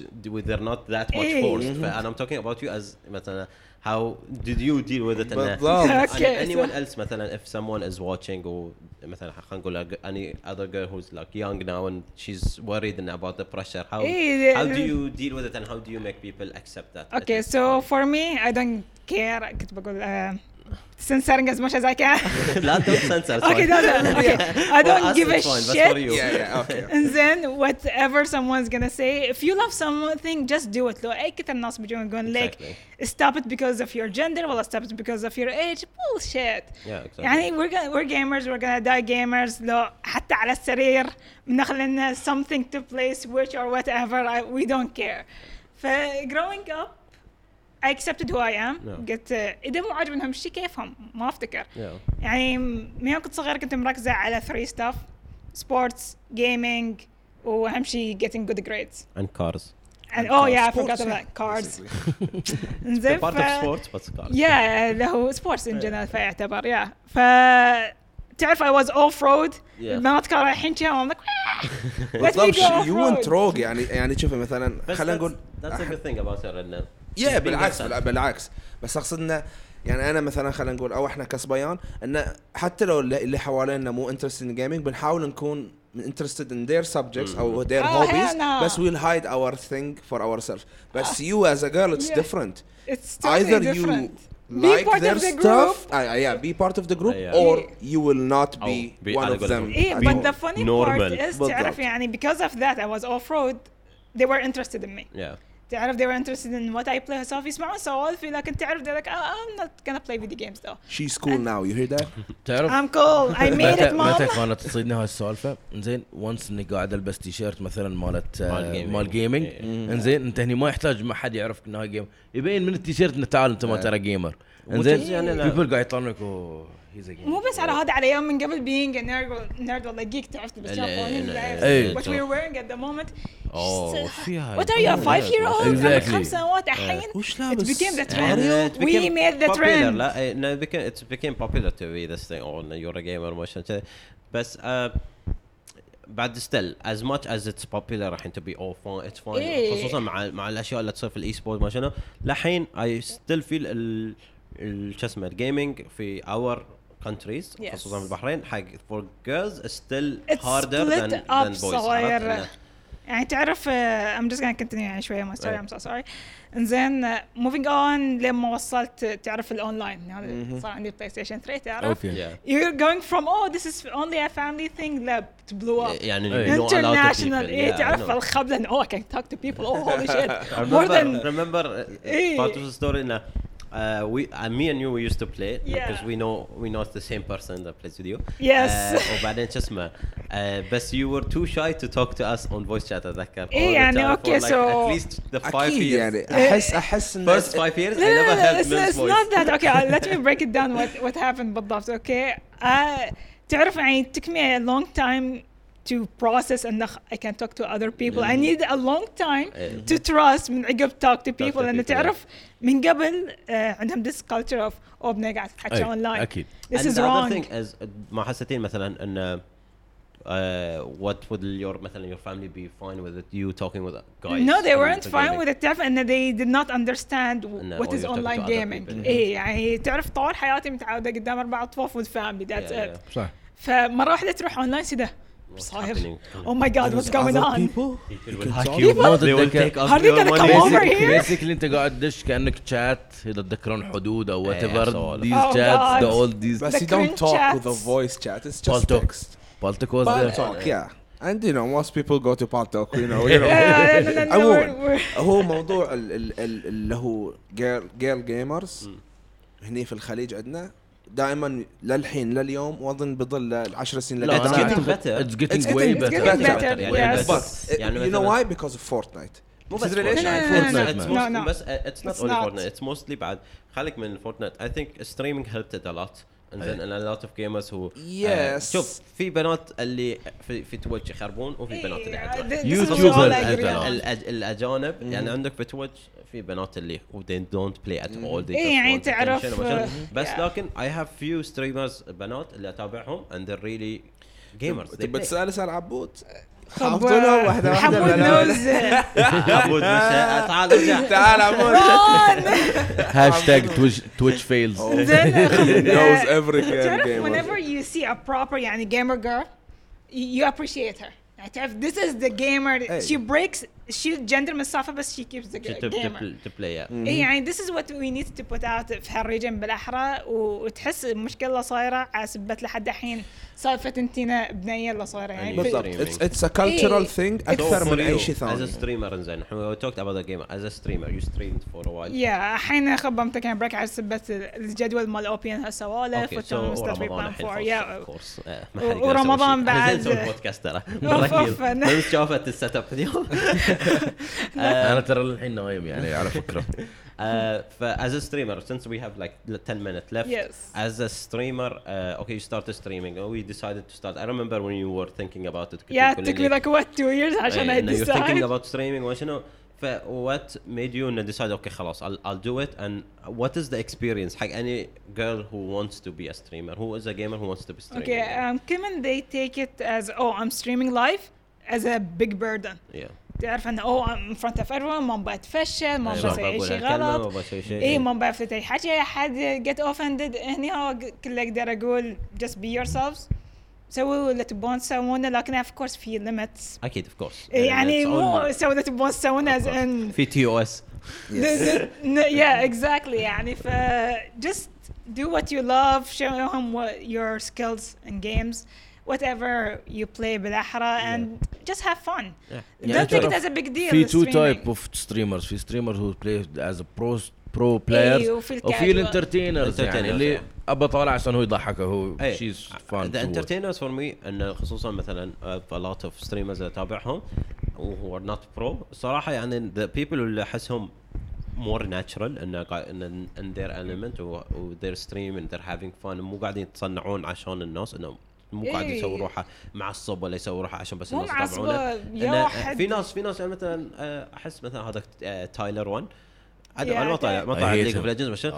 S2: they're not that much
S1: إيه.
S2: forced فأنا I'm talking about you as مثلا how did you deal with it إنه-
S4: بالضبط.
S2: and
S1: Okay,
S2: anyone
S1: so-
S2: else مثلا if someone is watching or مثلا خلينا نقول like any other girl who's like young now and she's worried and about the pressure how
S1: إيه،
S2: how
S1: ال-
S2: do you deal with it and how do you make people accept that
S1: Okay, so for me, I don't care. كنت بقول uh, censoring as much as I can.
S2: لا don't censor it's
S1: okay,
S2: fine.
S1: no, no, okay. I
S2: For
S1: don't
S2: us,
S1: give a
S2: it's fine, but for
S1: shit.
S2: you.
S4: yeah yeah okay
S1: And then whatever someone's gonna say, if you love something, just do it. لو أي كثر ناس بيجون يقول لك
S2: Exactly.
S1: stop it because of your gender ولا stop it because of your age bullshit.
S2: Yeah, exactly.
S1: يعني we're gonna, we're gamers we're gonna die gamers لو حتى على السرير بنخلي لنا something to play switch or whatever I, we don't care. ف growing up I accepted who I am.
S2: Yeah.
S1: قلت آه، اذا مو عاجبنهم الشيء كيفهم ما افتكر.
S2: Yeah.
S1: يعني من يوم كنت صغير كنت مركزة على ثري ستاف سبورتس جيمنج وأهم شيء getting good grades.
S2: and cars
S1: And, oh yeah, I
S4: Sports,
S1: forgot
S4: yeah,
S1: about cards.
S4: basically.
S1: انزين
S2: part
S1: ف-
S2: of sports but cars
S1: Yeah, اللي هو سبورتس ان جنرال فيعتبر يا ف تعرف I was off road البنات كانوا رايحين كذا وأنا like let me
S4: بالضبط
S1: go off
S4: you went
S1: road.
S4: wrong يعني يعني شوفي مثلا
S2: But
S4: خلينا
S2: that's-
S4: نقول
S2: that's a good thing about her إنه she's
S4: يا
S2: being
S4: بالعكس
S2: herself.
S4: بال- بالعكس بس اقصد انه يعني انا مثلا خلينا نقول او احنا كصبيان انه حتى لو اللي اللي حوالينا مو انترستد ان جيمنج بنحاول نكون انترستد ان ذير سبجكتس او
S1: آه،
S4: ذير هوبيز
S1: hell no.
S4: بس ويل هايد اور ثينج فور اور سيلف بس يو از ا جيرل اتس
S1: Yeah.
S4: ديفرنت
S1: It's totally
S4: either you
S1: different. Be
S4: like
S1: part
S4: their
S1: of the
S4: stuff uh, yeah be part of the group
S2: Yeah.
S4: or you will not
S2: Oh,
S4: be
S2: be
S4: one of
S2: algorithm.
S4: them
S1: إيه
S4: at
S2: Be
S1: Eh, but
S4: all.
S1: the funny part
S2: normal.
S1: is
S4: بالضبط.
S1: تعرف يعني because of that I was off road they were interested in me.
S2: yeah
S1: تعرف they were interested in what I play هسوف يسمعون سوالفي لكن تعرف they're like "Oh, I'm not gonna play video games though
S4: She's cool now, you hear that?
S3: تعرف
S1: I'm cool I made
S3: متى
S1: it
S3: متى
S1: mom
S3: كانت تصيدني هاي السالفه انزين وانس اني قاعد البس تي شيرت مثلا مالت آه،
S2: مال جيمينج.
S3: مال جيمنج
S2: إيه.
S3: انزين انت هني ما يحتاج ما حد يعرفك انه هاي جيم يبين من التي شيرت انه تعال انت ما ترى جيمر انزين
S2: وتجي يعني لا.
S3: بيبل قاعد يطلعونك اوه هيز
S1: مو بس على هذا على يوم من قبل being a nerd ولا- nerd ولا geek تعرف تلبس
S2: ال-
S1: شامبونين
S2: ال-
S1: لا-
S3: إيه.
S1: what we were wearing at the moment
S2: اوه
S1: She's-
S2: فيها
S1: what are you a five year old عمرك
S3: Exactly.
S1: خمس سنوات الحين
S2: وش
S1: it
S2: لابس؟
S1: became the trend
S2: يعني it
S1: we
S2: became
S1: made the
S2: popular.
S1: trend
S2: لا إيه، no, it became- it became popular to be this thing or you're a gamer ما شنو كذا بس آه، بعد ستيل از ماتش از اتس بوبيلر راح انت بي او فون اتس فون
S1: إيه.
S2: خصوصا مع مع الاشياء اللي تصير في الاي سبورت ما شنو لحين اي ستيل فيل ال ال- شو اسمه الجيمنج في اور كونتريز
S1: Yes.
S2: خصوصا في البحرين حق فور جيرلز ستيل
S1: It's
S2: هاردر
S1: split
S2: ذان
S1: up
S2: بويز
S1: صغيرة. يعني تعرف آه، I'm just gonna continue يعني شوية ما sorry
S2: إيه.
S1: I'm so sorry انزين آه، moving on لما وصلت آه، تعرف الاونلاين يعني صار عندي بلاي ستيشن 3 تعرف
S3: اوكي
S1: You're going from oh this is only a family thing لا to blow up
S2: يعني you
S3: إيه.
S2: don't allow to
S1: international
S2: people.
S1: ايه
S2: Yeah, I
S1: تعرف
S2: know.
S1: الخبلة إن, oh I can talk to people oh holy shit
S2: I
S1: more
S2: remember,
S1: than
S2: remember
S1: Eh.
S2: uh, part of the story. in a- uh, we, uh, me and you, we used to play it
S1: Yeah.
S2: because we know we know it's the same person that plays with you.
S1: Yes.
S2: Uh, وبعدين شو اسمه uh, بس you were too shy to talk to us on voice chat أتذكر.
S1: إيه
S2: all the
S1: يعني
S2: time
S1: okay,
S2: for like
S1: so-
S2: at least the five
S4: اكيد
S2: years.
S4: يعني
S1: Eh,
S4: احس احس ان
S2: First five years, I
S1: No, no,
S2: never
S1: no,
S2: heard
S1: it's,
S2: men's
S1: it's
S2: voice.
S1: not that okay uh, let me break it down what what happened بالضبط okay uh, تعرف يعني it took me a long time to process and I can talk to other people
S2: Mm-hmm.
S1: I need a long time
S2: إيه.
S1: to trust من عقب talk to people
S2: to
S1: لأن
S2: people,
S1: تعرف من قبل uh, عندهم this culture of oh بنا قاعد تتحكى
S3: أي،
S1: online
S3: إيه، أكيد.
S1: this
S2: And
S1: is
S2: the other
S1: wrong
S2: thing is uh, ما حسيتين مثلا ان uh, what would your مثلا your family be fine with it, you talking with guys?
S1: No, they
S2: and
S1: weren't
S2: the
S1: fine
S2: gaming?
S1: with it. تعرف ان they did not understand
S2: إنه
S1: what
S2: all
S1: is
S2: oh, you're talking
S1: online
S2: to other
S1: gaming.
S2: people. Mm-hmm.
S1: ايه يعني تعرف طول حياتي متعوده قدام اربع اطفاف with family that's it.
S2: Yeah, yeah.
S3: صح
S1: فمره واحده تروح اونلاين سيده
S2: What's
S1: صاير Oh
S2: happening?
S1: او ماي جاد واتس جوينج اون
S2: People will hack you.
S1: People-
S2: They will
S3: People-
S2: take up
S1: Are they
S2: your
S1: gonna
S2: money.
S1: come over
S2: Basically-
S1: here?
S3: بيسكلي انت قاعد تدش كانك تشات اذا تذكرون حدود او وات
S2: إيه،
S3: ايفر
S2: سوالف.
S3: ذيز
S1: Oh God.
S3: شاتس ذا اولد ذيز
S1: The
S4: But you don't
S1: cringe
S4: talk
S1: chats.
S4: with a voice chat. It's
S3: Pal
S4: just
S3: talk
S4: text.
S3: بالتك واز
S4: Pal
S3: ذير
S4: talk, yeah. And you know, most people go to pal talk. You know, you know.
S1: عموما
S4: عموما هو موضوع ال- ال- ال- اللي هو جير جيرل جيمرز هني في الخليج عندنا دائما للحين لليوم واظن بظل العشر سنين
S2: لا،
S4: اللي
S2: أنا
S4: بعد.
S2: getting better.
S3: اتس
S4: It's
S3: جيتنج
S4: getting-
S3: واي
S4: it's
S1: getting
S3: بيتر
S1: better.
S2: يعني
S1: Yes.
S2: بس-
S4: But
S2: يعني
S4: you know
S2: مثلاً-
S4: why? Because of Fortnite.
S2: مو بس
S4: تدري ليش؟
S2: Fortnite.
S1: No, no,
S2: Fortnite. It's
S3: no, no, no.
S2: mostly-
S1: No, no.
S2: بس it's not
S1: It's
S2: only
S1: not.
S2: Fortnite. It's mostly بعد خليك من Fortnite. I think streaming helped it a lot. And then a lot of gamers who uh,
S4: Yes.
S2: شوف في بنات اللي في في تويتش يخربون
S1: إيه،
S2: وفي بنات اللي عدلة.
S3: يوتيوبر
S2: الأج-
S3: أجانب.
S2: الأج- الاجانب يعني عندك في تويتش في بنات اللي who they don't play at all they
S1: إيه،
S2: just
S1: يعني
S2: want
S1: تعرف-
S2: attention وما شابه.
S1: Mhm.
S2: بس
S1: Yeah.
S2: لكن I have few streamers بنات اللي اتابعهم and they're really gamers they
S4: تبى
S2: play.
S4: تسال اسال عبود خبطونا واحده واحده
S1: حمود
S4: لا، لا،
S1: نوز
S2: عبود مساء تعال
S4: لا.
S2: ارجع
S4: تعال عبود
S3: هاشتاج تويتش فيلز
S1: Oh.
S4: knows every girl
S1: تعرف
S4: gamer
S1: whenever you see a proper يعني gamer girl you appreciate her يعني تعرف this is the gamer
S4: إيه.
S1: she breaks she gender مسافة بس she keeps the
S2: to, to,
S1: gamer
S2: pl- to play yeah.
S1: اي يعني this is what we need to put out في هالريجن بالاحرى و- وتحس المشكله صايره على سبت لحد الحين سالفه تنتينا بنيه اللي صايره يعني
S2: أيوة.
S1: في-
S4: بالضبط
S2: Streaming.
S4: it's, it's a cultural thing اكثر
S2: For
S4: من
S2: you,
S4: اي شيء
S2: As
S4: ثاني
S2: a streamer انزين we talked about the gamer as a streamer you streamed for a while
S1: يا الحين خبمتك يعني بريك على سبت الجدول مال اوبين هالسوالف
S2: اوكي so
S1: وتم مستر
S2: ورمضان الحين
S1: فور
S2: خلاص،
S1: يا
S2: of course. آه، ما
S1: و-
S2: حد يقدر يسوي
S1: ورمضان
S2: شيء.
S1: بعد.
S2: انا زين نسوي بودكاست ترى
S1: أوف،
S2: ركز
S1: أوف، أنا-
S2: بس شافت السيت اب اليوم
S3: انا ترى للحين نايم يعني على فكره
S2: Uh, for, as a streamer, since we have like l- 10 minutes left,
S1: Yes.
S2: as a streamer, uh, okay, you started streaming. Oh, we decided to start. I remember when you were thinking about it.
S1: يا
S2: كنت
S1: took
S2: تقولين
S1: me like what two years
S2: لي-
S1: عشان
S2: إيه،
S1: I
S2: إنه you're thinking
S1: decide
S2: about streaming وشنو ف what made you إنه decide okay خلاص I'll, I'll do it and what is the experience حق any girl who wants to be a streamer who is a gamer who wants to be streaming
S1: okay um كمان they take it as oh I'm streaming live as a big burden
S2: yeah
S1: تعرف انه oh I'm in front of everyone ما ابغى اتفشل ما ابغى
S2: أيوة،
S1: اسوي اي
S2: بقول
S1: شيء إيه،
S2: هالكلمة،
S1: غلط
S2: ما بسوي شيء
S1: اي إيه، ما بفتح اي حاجه حد get offended هني هو كله اقدر اقول just be yourselves سووا اللي تبون تسوونه لكن of course في limits
S2: اكيد of course
S1: يعني
S2: It's
S1: مو
S2: all-
S1: سووا اللي تبون تسوونه as in
S2: في تي او اس
S1: yeah exactly يعني ف just do what you love show them what your skills in games whatever you play بالاحرى and just have fun.
S3: يعني
S1: Don't take it
S3: تعرف
S1: as a big deal.
S3: في تو
S1: streaming.
S3: تايب اوف ستريمرز في ستريمر هو بلاي از برو برو
S1: إيه،
S3: بلايرز
S1: وفي
S3: وفي
S1: الكاجوال.
S3: الانترتينرز يعني
S2: Entertainers،
S3: اللي
S2: يعني.
S3: ابى طالع عشان هو يضحك هو
S2: إيه.
S3: شيز فان
S2: ذا انترتينرز فور مي انه خصوصا مثلا a lot of streamers اللي اتابعهم وهو نوت برو صراحه يعني ذا بيبل اللي احسهم مور ناتشرال انه قا- ان ان ذير element وذير ستريم and they're having fun مو قاعدين يتصنعون عشان الناس انه مو قاعد
S1: إيه.
S2: يسوي روحه معصب ولا يسوي روحه عشان بس
S1: مو
S2: الناس
S1: معصبة،
S2: يتابعونه
S1: يا
S2: إنه
S1: حد.
S2: في ناس في ناس يعني مثلا آه، احس مثلا هذاك آه، تايلر 1 عاد
S1: يا
S2: انا ما طالع ما
S3: I
S2: طالع
S3: hate
S2: ليج
S3: him.
S2: اوف ليجندز بس
S3: Oh,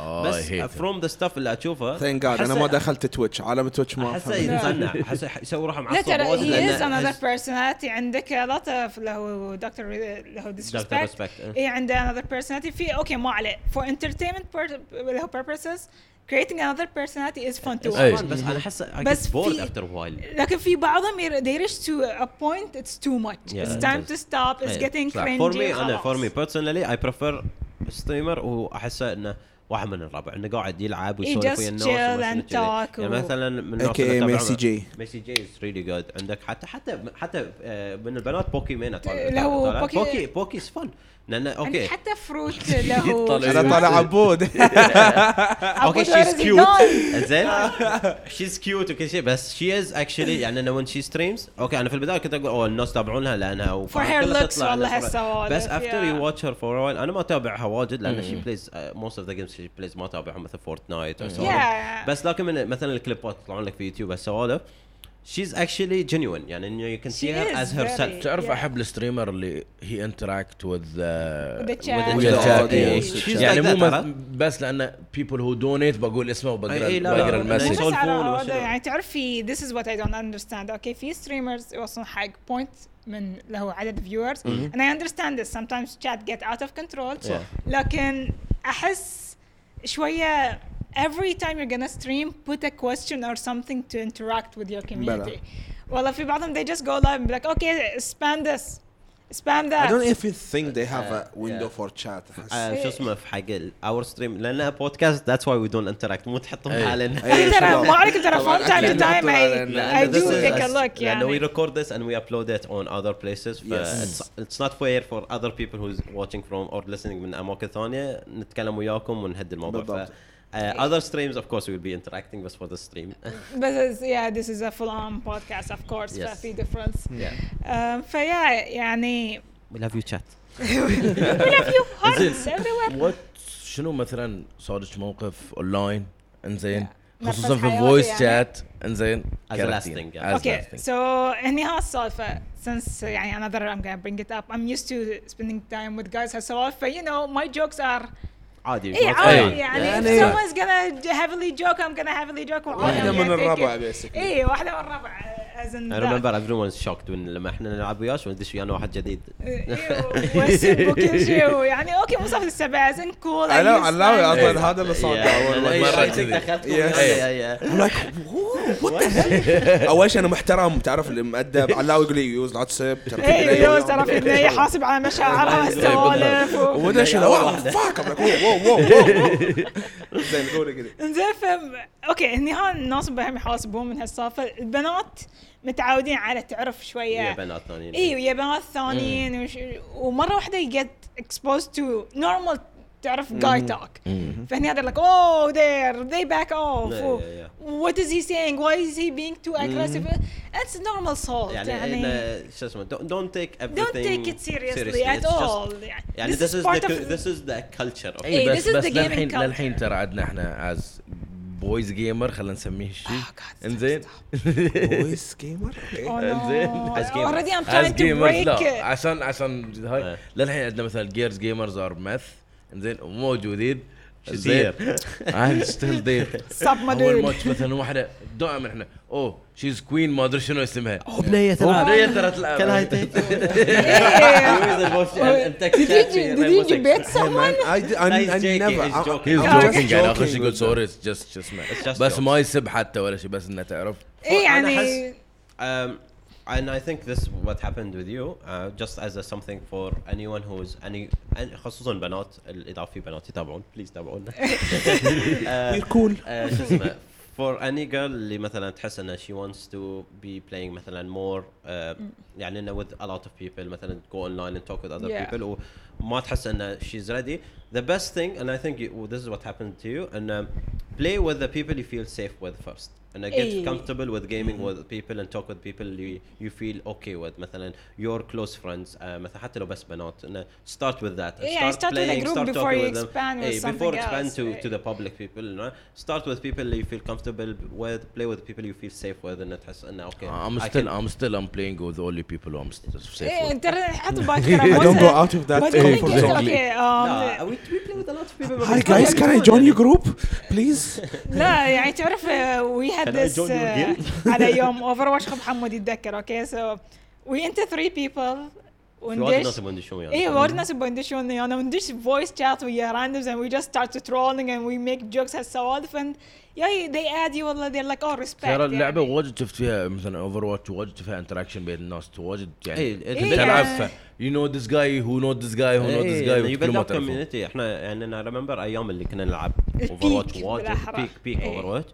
S3: I hate him.
S2: فروم ذا ستاف اللي اشوفه
S4: ثانك جاد انا
S2: أحسه-
S4: ما دخلت تويتش عالم تويتش ما
S2: احسه
S4: أفهم.
S2: يتصنع احسه يح- يسوي روحه معصب
S1: لا ترى إيه،
S2: وايد
S1: هي
S2: لأنه
S1: از another
S2: أحس-
S1: personality عندك a lot of اللي هو دكتور اللي هو
S2: Dr.
S1: disrespect
S2: Respect، إيه.
S1: اي عنده another personality في اوكي ما عليه for entertainment pur- اللي هو purposes creating another personality is fun too
S3: إيه.
S2: بس انا احس I
S1: بس
S2: get bored
S1: في-
S2: after a while
S1: لكن في بعضهم ير- they reach to a point it's too much
S2: Yeah,
S1: it's time
S2: it
S1: to stop it's
S2: إيه.
S1: getting cringy
S2: فور مي انا فور مي
S1: خلاص.
S2: بيرسونالي اي بريفير ستريمر واحسه انه واحد من الربع انه قاعد يلعب
S1: just
S2: ويسولف ويا الناس
S1: chill
S2: وما شنو
S1: and
S2: كذي.
S1: talk
S2: يعني
S1: و-
S2: مثلا من
S4: AKA ميسي جي.
S2: ميسي جي از ريلي جود عندك حتى حتى حتى آه، من البنات بوكي مين أطالع-
S1: اللي هو يعني
S2: أطالع.
S1: بوكي-
S2: بوكي بوكي از فن لانه اوكي
S1: عندك حتى فروت له
S3: طلع-
S4: انا طالع عبود
S2: اوكي
S1: أبو دار
S2: شيز كيوت
S1: زيدان.
S2: زين شيز كيوت وكل شيء بس شي از اكشلي يعني انه وين شي ستريمز اوكي انا في البدايه كنت اقول اوه الناس تابعونها لانها و-
S1: For her
S2: كلها
S1: looks
S2: تطلع
S1: والله
S2: لها
S1: هالسوالف،
S2: بس افتر
S1: yeah. Mm.
S2: يو واتش هير فور وايل انا ما اتابعها واجد لان شي بلايز موست اوف ذا جيمز شي بلايز ما اتابعهم مثل فورتنايت او سوالف.
S1: Yeah.
S2: بس لكن من مثلا الكليبات يطلعون لك في يوتيوب هالسوالف شيز اكشلي جينيون يعني انه يو كان
S1: She
S2: سي هير
S1: is
S2: از هير
S1: very-
S2: سيلف
S3: تعرف
S1: Yeah.
S3: احب الستريمر اللي هي انتراكت وذ
S1: the chat.
S4: ويا الشات.
S2: She's
S3: يعني
S2: like that،
S3: مو
S2: ترى.
S3: مث- بس لان بيبل هو دونيت بقول
S2: أي-
S3: اسمه
S2: أي،
S3: وبقرا
S2: إيه، لا، لا،
S3: بقرا
S2: لا،
S1: مو بس
S3: المسج
S2: يسولفون
S1: على هذا،
S2: وشنو.
S1: يعني تعرف في this is what I don't understand اوكي في streamers يوصلون حق point من اللي هو عدد viewers and I understand this sometimes chat get out of control
S2: صح.
S1: لكن احس شويه every time you're gonna stream put a question or something to interact with your community
S4: بلى.
S1: والله في بعضهم they just go live and be like okay spam this spam
S4: I don't
S1: that
S4: even think they have a window
S2: Yeah.
S4: for chat أحس.
S2: آه، شو اسمه في حق الاور ستريم لان بودكاست ذاتس واي وي دونت انتراكت مو تحطهم
S3: أي.
S2: حالنا
S4: أي.
S1: أنا ترى
S4: إيه، شباب.
S1: ما عليكم ترى
S4: طبعاً
S1: from time to
S4: أكيد
S1: time
S4: نحطه
S1: I,
S4: على-
S1: I
S4: لأن
S1: do
S4: this is
S1: take a
S4: us-
S1: look
S2: لأنه we
S1: يعني
S2: record this and we upload it on other places ف
S4: Yes.
S2: it's, it's not fair for other people who's watching from or listening من اماكن ثانيه نتكلم وياكم ونهد الموضوع
S4: بالضبط.
S2: ف uh, other streams of course we will be interacting بس for the stream
S1: بس yeah this is a full on podcast of course
S2: Yes.
S1: ففي difference
S2: yeah
S1: um, فيا يعني
S2: we love you chat
S1: we love you hearts everywhere
S3: وات شنو مثلا صادك موقف اونلاين انزين
S1: Yeah.
S3: خصوصا في
S1: نفس
S3: الفويس
S1: حياتي يعني.
S3: شات انزين
S2: As a
S3: كاركتير.
S2: last thing, yeah.
S3: As
S1: اوكي
S3: last thing.
S1: سو هني ها السالفه since يعني another I'm gonna bring it up I'm used to spending time with guys هالسوالف ف you know my jokes are
S2: عادي
S1: اي
S2: ما
S1: عادي
S2: تغير.
S1: يعني if
S4: يعني-
S1: someone's gonna heavily joke I'm gonna heavily joke وعادي
S4: واحدة
S1: I'm
S4: من
S1: gonna take
S4: الربع
S1: it.
S4: basically
S1: اي واحده إيه، من الربع as in
S2: I
S1: that.
S2: remember everyone is shocked when لما احنا نلعب وياش وندش ويانا واحد جديد
S1: إيه، وأسب وكل شيء ويعني اوكي مو صف السبع as in cool I
S4: I know
S1: use
S4: علاوي
S1: slang.
S4: اصلا هذا اللي صار اول
S3: مرة
S4: مره
S3: كذي.
S2: دخلت
S4: Yes. اول شيء انا محترم تعرف اللي مؤدب علاوي يقول لي يوز لا تسب ترى في
S1: اي
S4: بلاوي.
S1: يوز إيه، ترى في بنيه حاسب على مشاعرها السوالف و-
S4: وده شنو
S2: أول
S4: واو
S2: واحدة.
S4: فاك "Oh, I'm like, whoa, whoa, whoa, whoa. زين قولي كذي
S1: انزين ف اوكي هني ها الناس بهم يحاسبون من هالسالفه البنات متعودين على تعرف شويه
S2: يا بنات ثانيين
S1: اي ويا بنات ثانيين وش... ومره واحده يجت exposed to normal تعرف جاي توك فهني هذا لك اوه ذير they back off
S2: Yeah,
S1: و-
S2: yeah,
S1: what is he saying why is he being too aggressive it's normal salt
S2: يعني,
S1: يعني
S2: يعني شو اسمه don't, don't take everything
S1: don't take it seriously at
S2: It's just-
S1: all
S2: يعني this, is
S1: part
S2: the
S1: of
S2: cu- this is the culture of
S1: إيه،
S3: اي
S1: this
S3: بس
S1: is
S3: بس
S1: the gaming
S3: للحين
S1: culture.
S3: للحين ترى عندنا احنا از بويز جيمر خلينا نسميه شيء
S1: Oh God, stop,
S3: انزين
S4: فويس جيمر
S1: oh
S3: انزين.
S1: no
S2: As gamers.
S1: already I'm
S3: از
S1: trying to
S3: جيمرز
S1: break
S3: لا عشان عشان
S2: إيه.
S3: هاي للحين عندنا مثلا جيرز جيمرز ار ماث انزين موجودين
S2: شو
S3: إنزين.
S2: يصير؟
S3: I'm still there
S1: stop my
S3: اول
S1: dude
S3: ماتش مثلا واحده دائما احنا اوه شيز كوين oh, ما ادري شنو اسمها
S1: Oh
S2: بنية
S3: تلعب. بنية ترى تلعب.
S2: كان هاي
S1: Oh, did you, did you debate someone
S4: I, I, I
S2: He's joking,
S4: never
S2: he's
S4: I-
S2: joking.
S3: هيز
S4: I'm
S1: Yeah.
S4: just
S3: جوكينج يعني اخر شيء
S4: joking
S3: يقول
S4: with
S3: سوري جاست شو اسمه
S2: just
S3: بس
S2: jokes.
S3: ما يسب حتى ولا شيء بس انه تعرف
S1: اي
S2: أنا
S1: يعني
S2: أحس- Um, and I think this what happened with you, uh, just as a something for anyone who's any and خصوصا بنات ال- اذا في بنات يتابعون please تابعونا. Uh,
S4: them. We're cool.
S2: آه، شو اسمه for any girl اللي مثلا تحس انها she wants to be playing مثلا more uh, يعني انه with a lot of people مثلا go online and talk with other
S1: Yeah.
S2: people وما تحس انها she's ready the best thing and I think you, this is what happened to you and um, play with the people you feel safe with first and uh, get
S1: إي.
S2: comfortable with gaming with people and talk with people you, you feel okay with مثلا your close friends uh, مثلا حتى لو بس بنات and, uh, start with that
S1: Yeah,
S2: and
S1: إيه، يعني start with a group
S2: start
S1: before
S2: talking
S1: you
S2: with them.
S1: expand with
S2: إي, before
S1: something
S2: expand
S1: else.
S2: to,
S1: إي.
S2: to the public people you know? start with people you feel comfortable with play with people you feel safe with and تحس انه okay
S3: I'm
S2: I
S3: still
S2: can-
S3: I'm still I'm playing with only people who I'm st- safe
S1: إيه،
S3: with.
S1: انت حط ببالك
S4: I
S1: ترى
S4: don't go
S1: most-
S4: out of that
S1: But I think
S4: comfort
S1: it's
S4: zone.
S1: okay.
S2: لا
S1: um,
S2: we, we play with a lot of people but
S4: Hi
S2: it's not
S4: guys,
S2: like
S4: can I
S2: good,
S4: join
S2: يعني.
S4: your group, please?
S1: لا يعني تعرف وي هاد
S2: Can I
S1: ذس
S2: join your
S1: uh, على يوم اوفر واتش محمد يتذكر اوكي سو وي انت 3 بيبل
S2: في وايد
S1: وندش
S2: ناس يبون يدشون ويانا.
S1: ايه وايد ناس يبون يدشون ويانا وندش فويس شات ويا راندومز and we just start trolling and we make jokes هالسوالف and yeah they add you والله they're like oh respect
S3: ترى اللعبه
S1: يعني.
S3: واجد شفت فيها مثلا اوفر واتش واجد فيها انتراكشن بين الناس واجد
S2: إيه،
S3: يعني
S2: إيه،
S3: تلعب
S1: يعني-
S3: ف you know this guy who know this guy who know this guy
S2: you
S3: وتكلموا
S2: build up
S3: تعرفون.
S2: يعني community احنا يعني انا ريمبر ايام اللي كنا نلعب
S1: البيك
S2: اوفر واتش واجد
S1: بالأحرى.
S2: بيك بيك
S1: إيه.
S2: اوفر واتش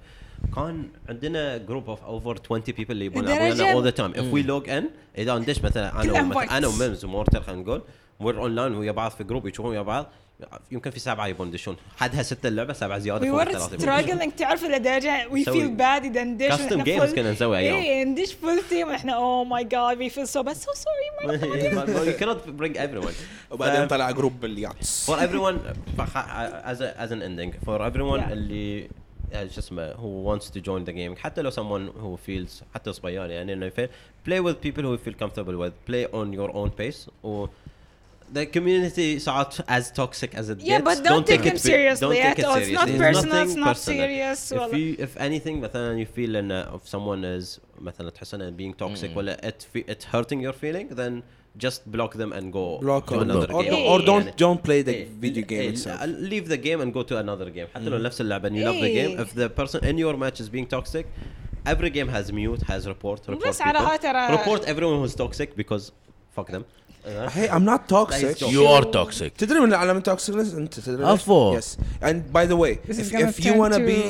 S2: كان عندنا جروب اوف اوفر 20 بيبل اللي يبون
S1: لدرجة-
S2: يلعبون اول ذا تايم اف وي لوج ان اذا ندش مثلا انا
S1: كلهم
S2: ومثلا انا
S1: fights.
S2: وميمز ومورتر خلينا نقول مر اون لاين ويا بعض في جروب يشوفون ويا بعض يمكن في سبعه يبون يدشون حدها سته اللعبه سبعه زياده
S1: we
S2: فوق
S1: were
S2: ثلاثة يبون يدشون.
S1: struggling تعرف لدرجه we
S2: نسوي
S1: feel bad اذا ندش
S2: custom
S1: ونحن
S2: games
S1: full-
S2: كنا نسوي أيام.
S1: ايه ندش فول تيم احنا oh my god we feel so bad so sorry my
S2: you cannot bring everyone
S4: وبعدين طلع جروب باليانس
S2: for everyone فخ- as a, as an ending for everyone
S1: Yeah.
S2: اللي آه، شو اسمه who wants to join the game حتى لو someone who feels حتى صبيان يعني انه يفيل play with people who you feel comfortable with play on your own pace و the community ساعات as toxic as it
S1: Yeah,
S2: gets
S1: but don't take them
S2: it pe-
S1: seriously
S2: don't take
S1: at
S2: it
S1: all. It's
S2: seriously.
S1: not
S2: There's
S1: personal,
S2: nothing
S1: it's not
S2: personal.
S1: serious,
S2: if
S1: والله.
S2: you if anything مثلا you feel ان uh, if someone is مثلا تحس انه being
S4: Mm.
S2: toxic ولا it fe- it hurting your feeling then just block them and go
S4: Block
S2: to
S4: or,
S2: another
S4: or,
S2: game
S4: or don't
S2: يعني-
S4: don't play the
S2: إيه.
S4: video game
S2: إيه.
S4: itself. Mm.
S2: leave the game and go to another game حتى لو نفس اللعبه and you love the
S1: إيه.
S2: game if the person in your match is being toxic every game has mute has report report
S1: بس
S2: people.
S1: على ترى-
S2: report everyone who's toxic because fuck them Uh,
S4: Hey, I'm not toxic.
S2: That is
S3: you are toxic
S4: تدري من العالم توكسيكنس انت تدري
S3: عفوا.
S4: Yes. And by the way,
S1: This is
S4: if,
S1: gonna
S4: if you
S1: turn
S4: want to
S1: to-
S4: be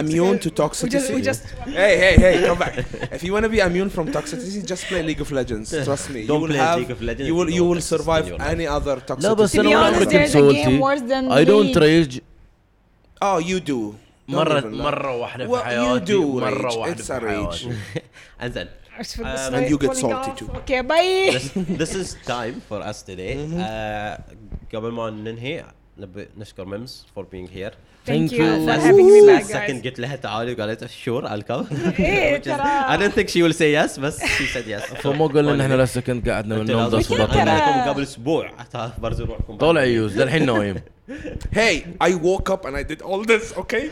S4: immune to
S1: We just-
S4: toxicity,
S1: we just-
S4: hey, hey, hey, come back. If you want to be immune from toxicity, just play League of Legends. Trust me,
S2: Don't
S4: you will
S2: play
S4: have,
S2: League of Legends
S4: you will,
S2: if you
S4: you will
S2: want toxicity
S4: survive
S2: in your life.
S4: any other toxicity.
S3: لا بس
S1: To be
S3: انا ولا
S1: honest,
S3: عمري كنت
S1: there's a
S3: سولتي
S1: game worse than
S3: اي دونت
S1: League.
S3: ريج
S4: Oh, you do. Don't
S3: مرة
S4: even lie.
S3: مرة واحدة في
S4: Well, you
S3: حياتي
S4: do
S3: مرة
S4: rage.
S3: واحدة
S4: It's
S3: في
S4: a rage.
S3: حياتي
S2: انزين
S1: Um,
S4: And you get salty too.
S1: Okay, bye.
S2: this, this is time for us today
S4: Mm-hmm.
S2: uh, قبل ما ننهي نبي نشكر ميمز for being here
S1: Thank
S3: Thank
S1: you
S3: you.
S1: for
S2: That's
S1: having me
S2: the
S1: back,
S2: second
S1: guys.
S2: قلت لها تعالي وقالت sure I'll come
S1: إيه،
S2: Which is-
S1: ترى-
S2: I don't think she will say yes بس she said yes
S3: فما قلنا ان احنا لا سكند قعدنا من النوم ذا
S1: وكان ترى-
S3: صدقنا
S2: لكم قبل اسبوع برزوا روحكم
S3: طالع يوز للحين نايم
S4: Hey, I woke up and I did all this, okay?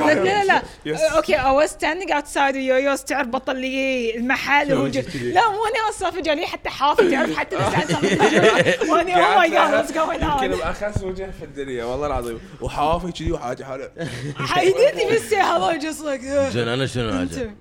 S1: لا لا لا
S4: Yes.
S1: اوكي I was standing outside ويا يوس تعرف بطل لي المحل وهو جو- لا مو انا الصف جاني حتى حافي تعرف حتى بس عاد صار مجنون. واني oh my god what's going
S4: يمكن
S1: on
S4: اخس وجه في الدنيا والله العظيم وحوافي كذي وحاجه حالة
S1: I didn't even say hello just like uh. ugh.
S3: زين انا شنو
S1: انت
S3: عجب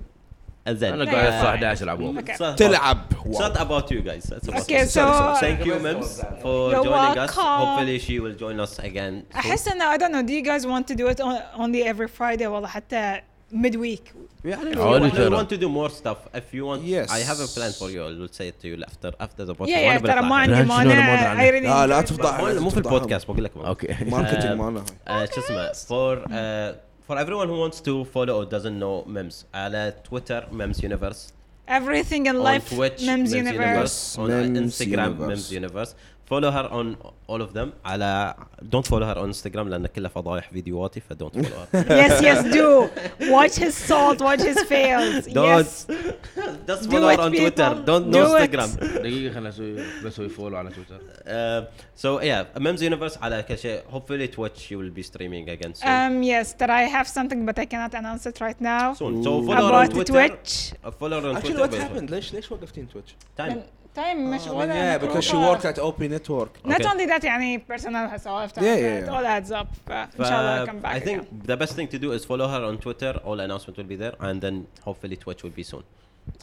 S2: آه، زين
S3: انا قاعد الساعة 11 العب والله.
S4: تلعب
S2: It's not about you guys. It's about
S1: Okay,
S2: us.
S1: so-
S2: thank you, Mims, for
S1: You're
S2: joining us.
S1: welcome.
S2: Hopefully, she will join us again. soon.
S1: احس انه I don't know do you guys want to do it on- only every Friday والله حتى midweek
S2: يعني
S3: عالي
S2: if you
S3: ترى.
S2: want to do more stuff, if you want,
S4: Yes.
S2: I have a plan for you. I will say it to you after after the podcast.
S1: يا يا
S2: وأنا
S1: ترى ما
S2: بنطلع.
S1: عندي
S3: رهان شنو ولا ما
S1: مانع
S3: أدري عنه؟
S1: I really
S4: لا لا
S1: enjoyed it.
S4: تفضح
S2: مو في البودكاست بقول لك
S3: اوكي
S4: ماركتنج مالها
S2: Uh, شو اسمه for uh, for everyone who wants to follow or doesn't know Mims على Twitter Mims Universe
S1: everything in
S2: on
S1: life
S2: Twitch
S1: memes universe
S4: Yes,
S2: on
S4: Mems
S2: Instagram
S4: Universe.
S2: Mems Universe follow her on all of them على don't follow her on Instagram لأن كلها فضايح فيديوهاتي ف don't follow her
S1: yes yes do watch his salt watch his fails
S2: Don't.
S1: yes
S2: just
S1: Do
S2: follow
S1: it,
S2: her on
S1: people.
S2: Twitter don't
S1: Do
S2: no
S1: it.
S2: Instagram
S3: دقيقة خليني اسوي بسوي فولو على تويتر
S2: uh, so yeah Mems Universe على كل شيء hopefully Twitch you will be streaming again soon
S1: um yes that I have something but I cannot announce it right now
S2: soon so follow her on
S1: about
S2: Twitter
S1: Twitch
S2: Uh, follow her on
S4: Actually,
S2: Twitter
S4: what happened? ليش ليش وقفتين تويتش؟
S2: time
S1: time مشغولة
S4: Uh, yeah, because she worked at OP Network.
S1: not
S2: Okay.
S1: only that يعني personal هسوالف
S4: Yeah, yeah,
S1: it
S4: yeah.
S1: all adds up فإن
S2: ف-
S1: شاء الله I'll come back
S2: Uh, I think
S1: again.
S2: the best thing to do is follow her on Twitter. All announcement will be there, and then hopefully Twitch will be soon.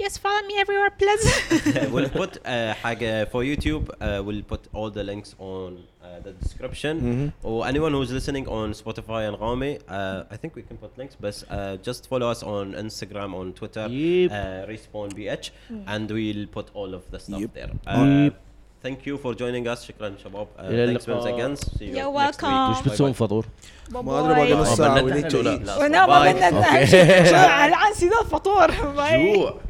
S1: Just follow me everywhere, please.
S2: we'll put uh, حاجة for YouTube. Uh, we'll put all the links on uh, the description. Or anyone who's listening on Spotify and Rami, uh, I think we can put links. But uh, just follow us on Instagram, on Twitter,
S3: Yep.
S2: uh, Respawn BH,
S1: Mm.
S2: and we'll put all of the stuff
S4: Yep.
S2: there. Uh,
S3: Yep.
S2: Thank you for joining us. شكرا شباب. Uh,
S3: إلى
S2: thanks once
S3: اللقاء.
S2: again. See you
S1: You're
S2: next week.
S1: welcome.
S3: وش بتسوون فطور؟
S4: ما أدري باقي نص
S1: Bye-bye.
S4: ساعة
S3: آه،
S4: we need to
S3: لا،
S4: eat.
S2: لا.
S1: ونام
S2: Bye.
S1: بدنا الآن سيدا الفطور باي.
S3: جوع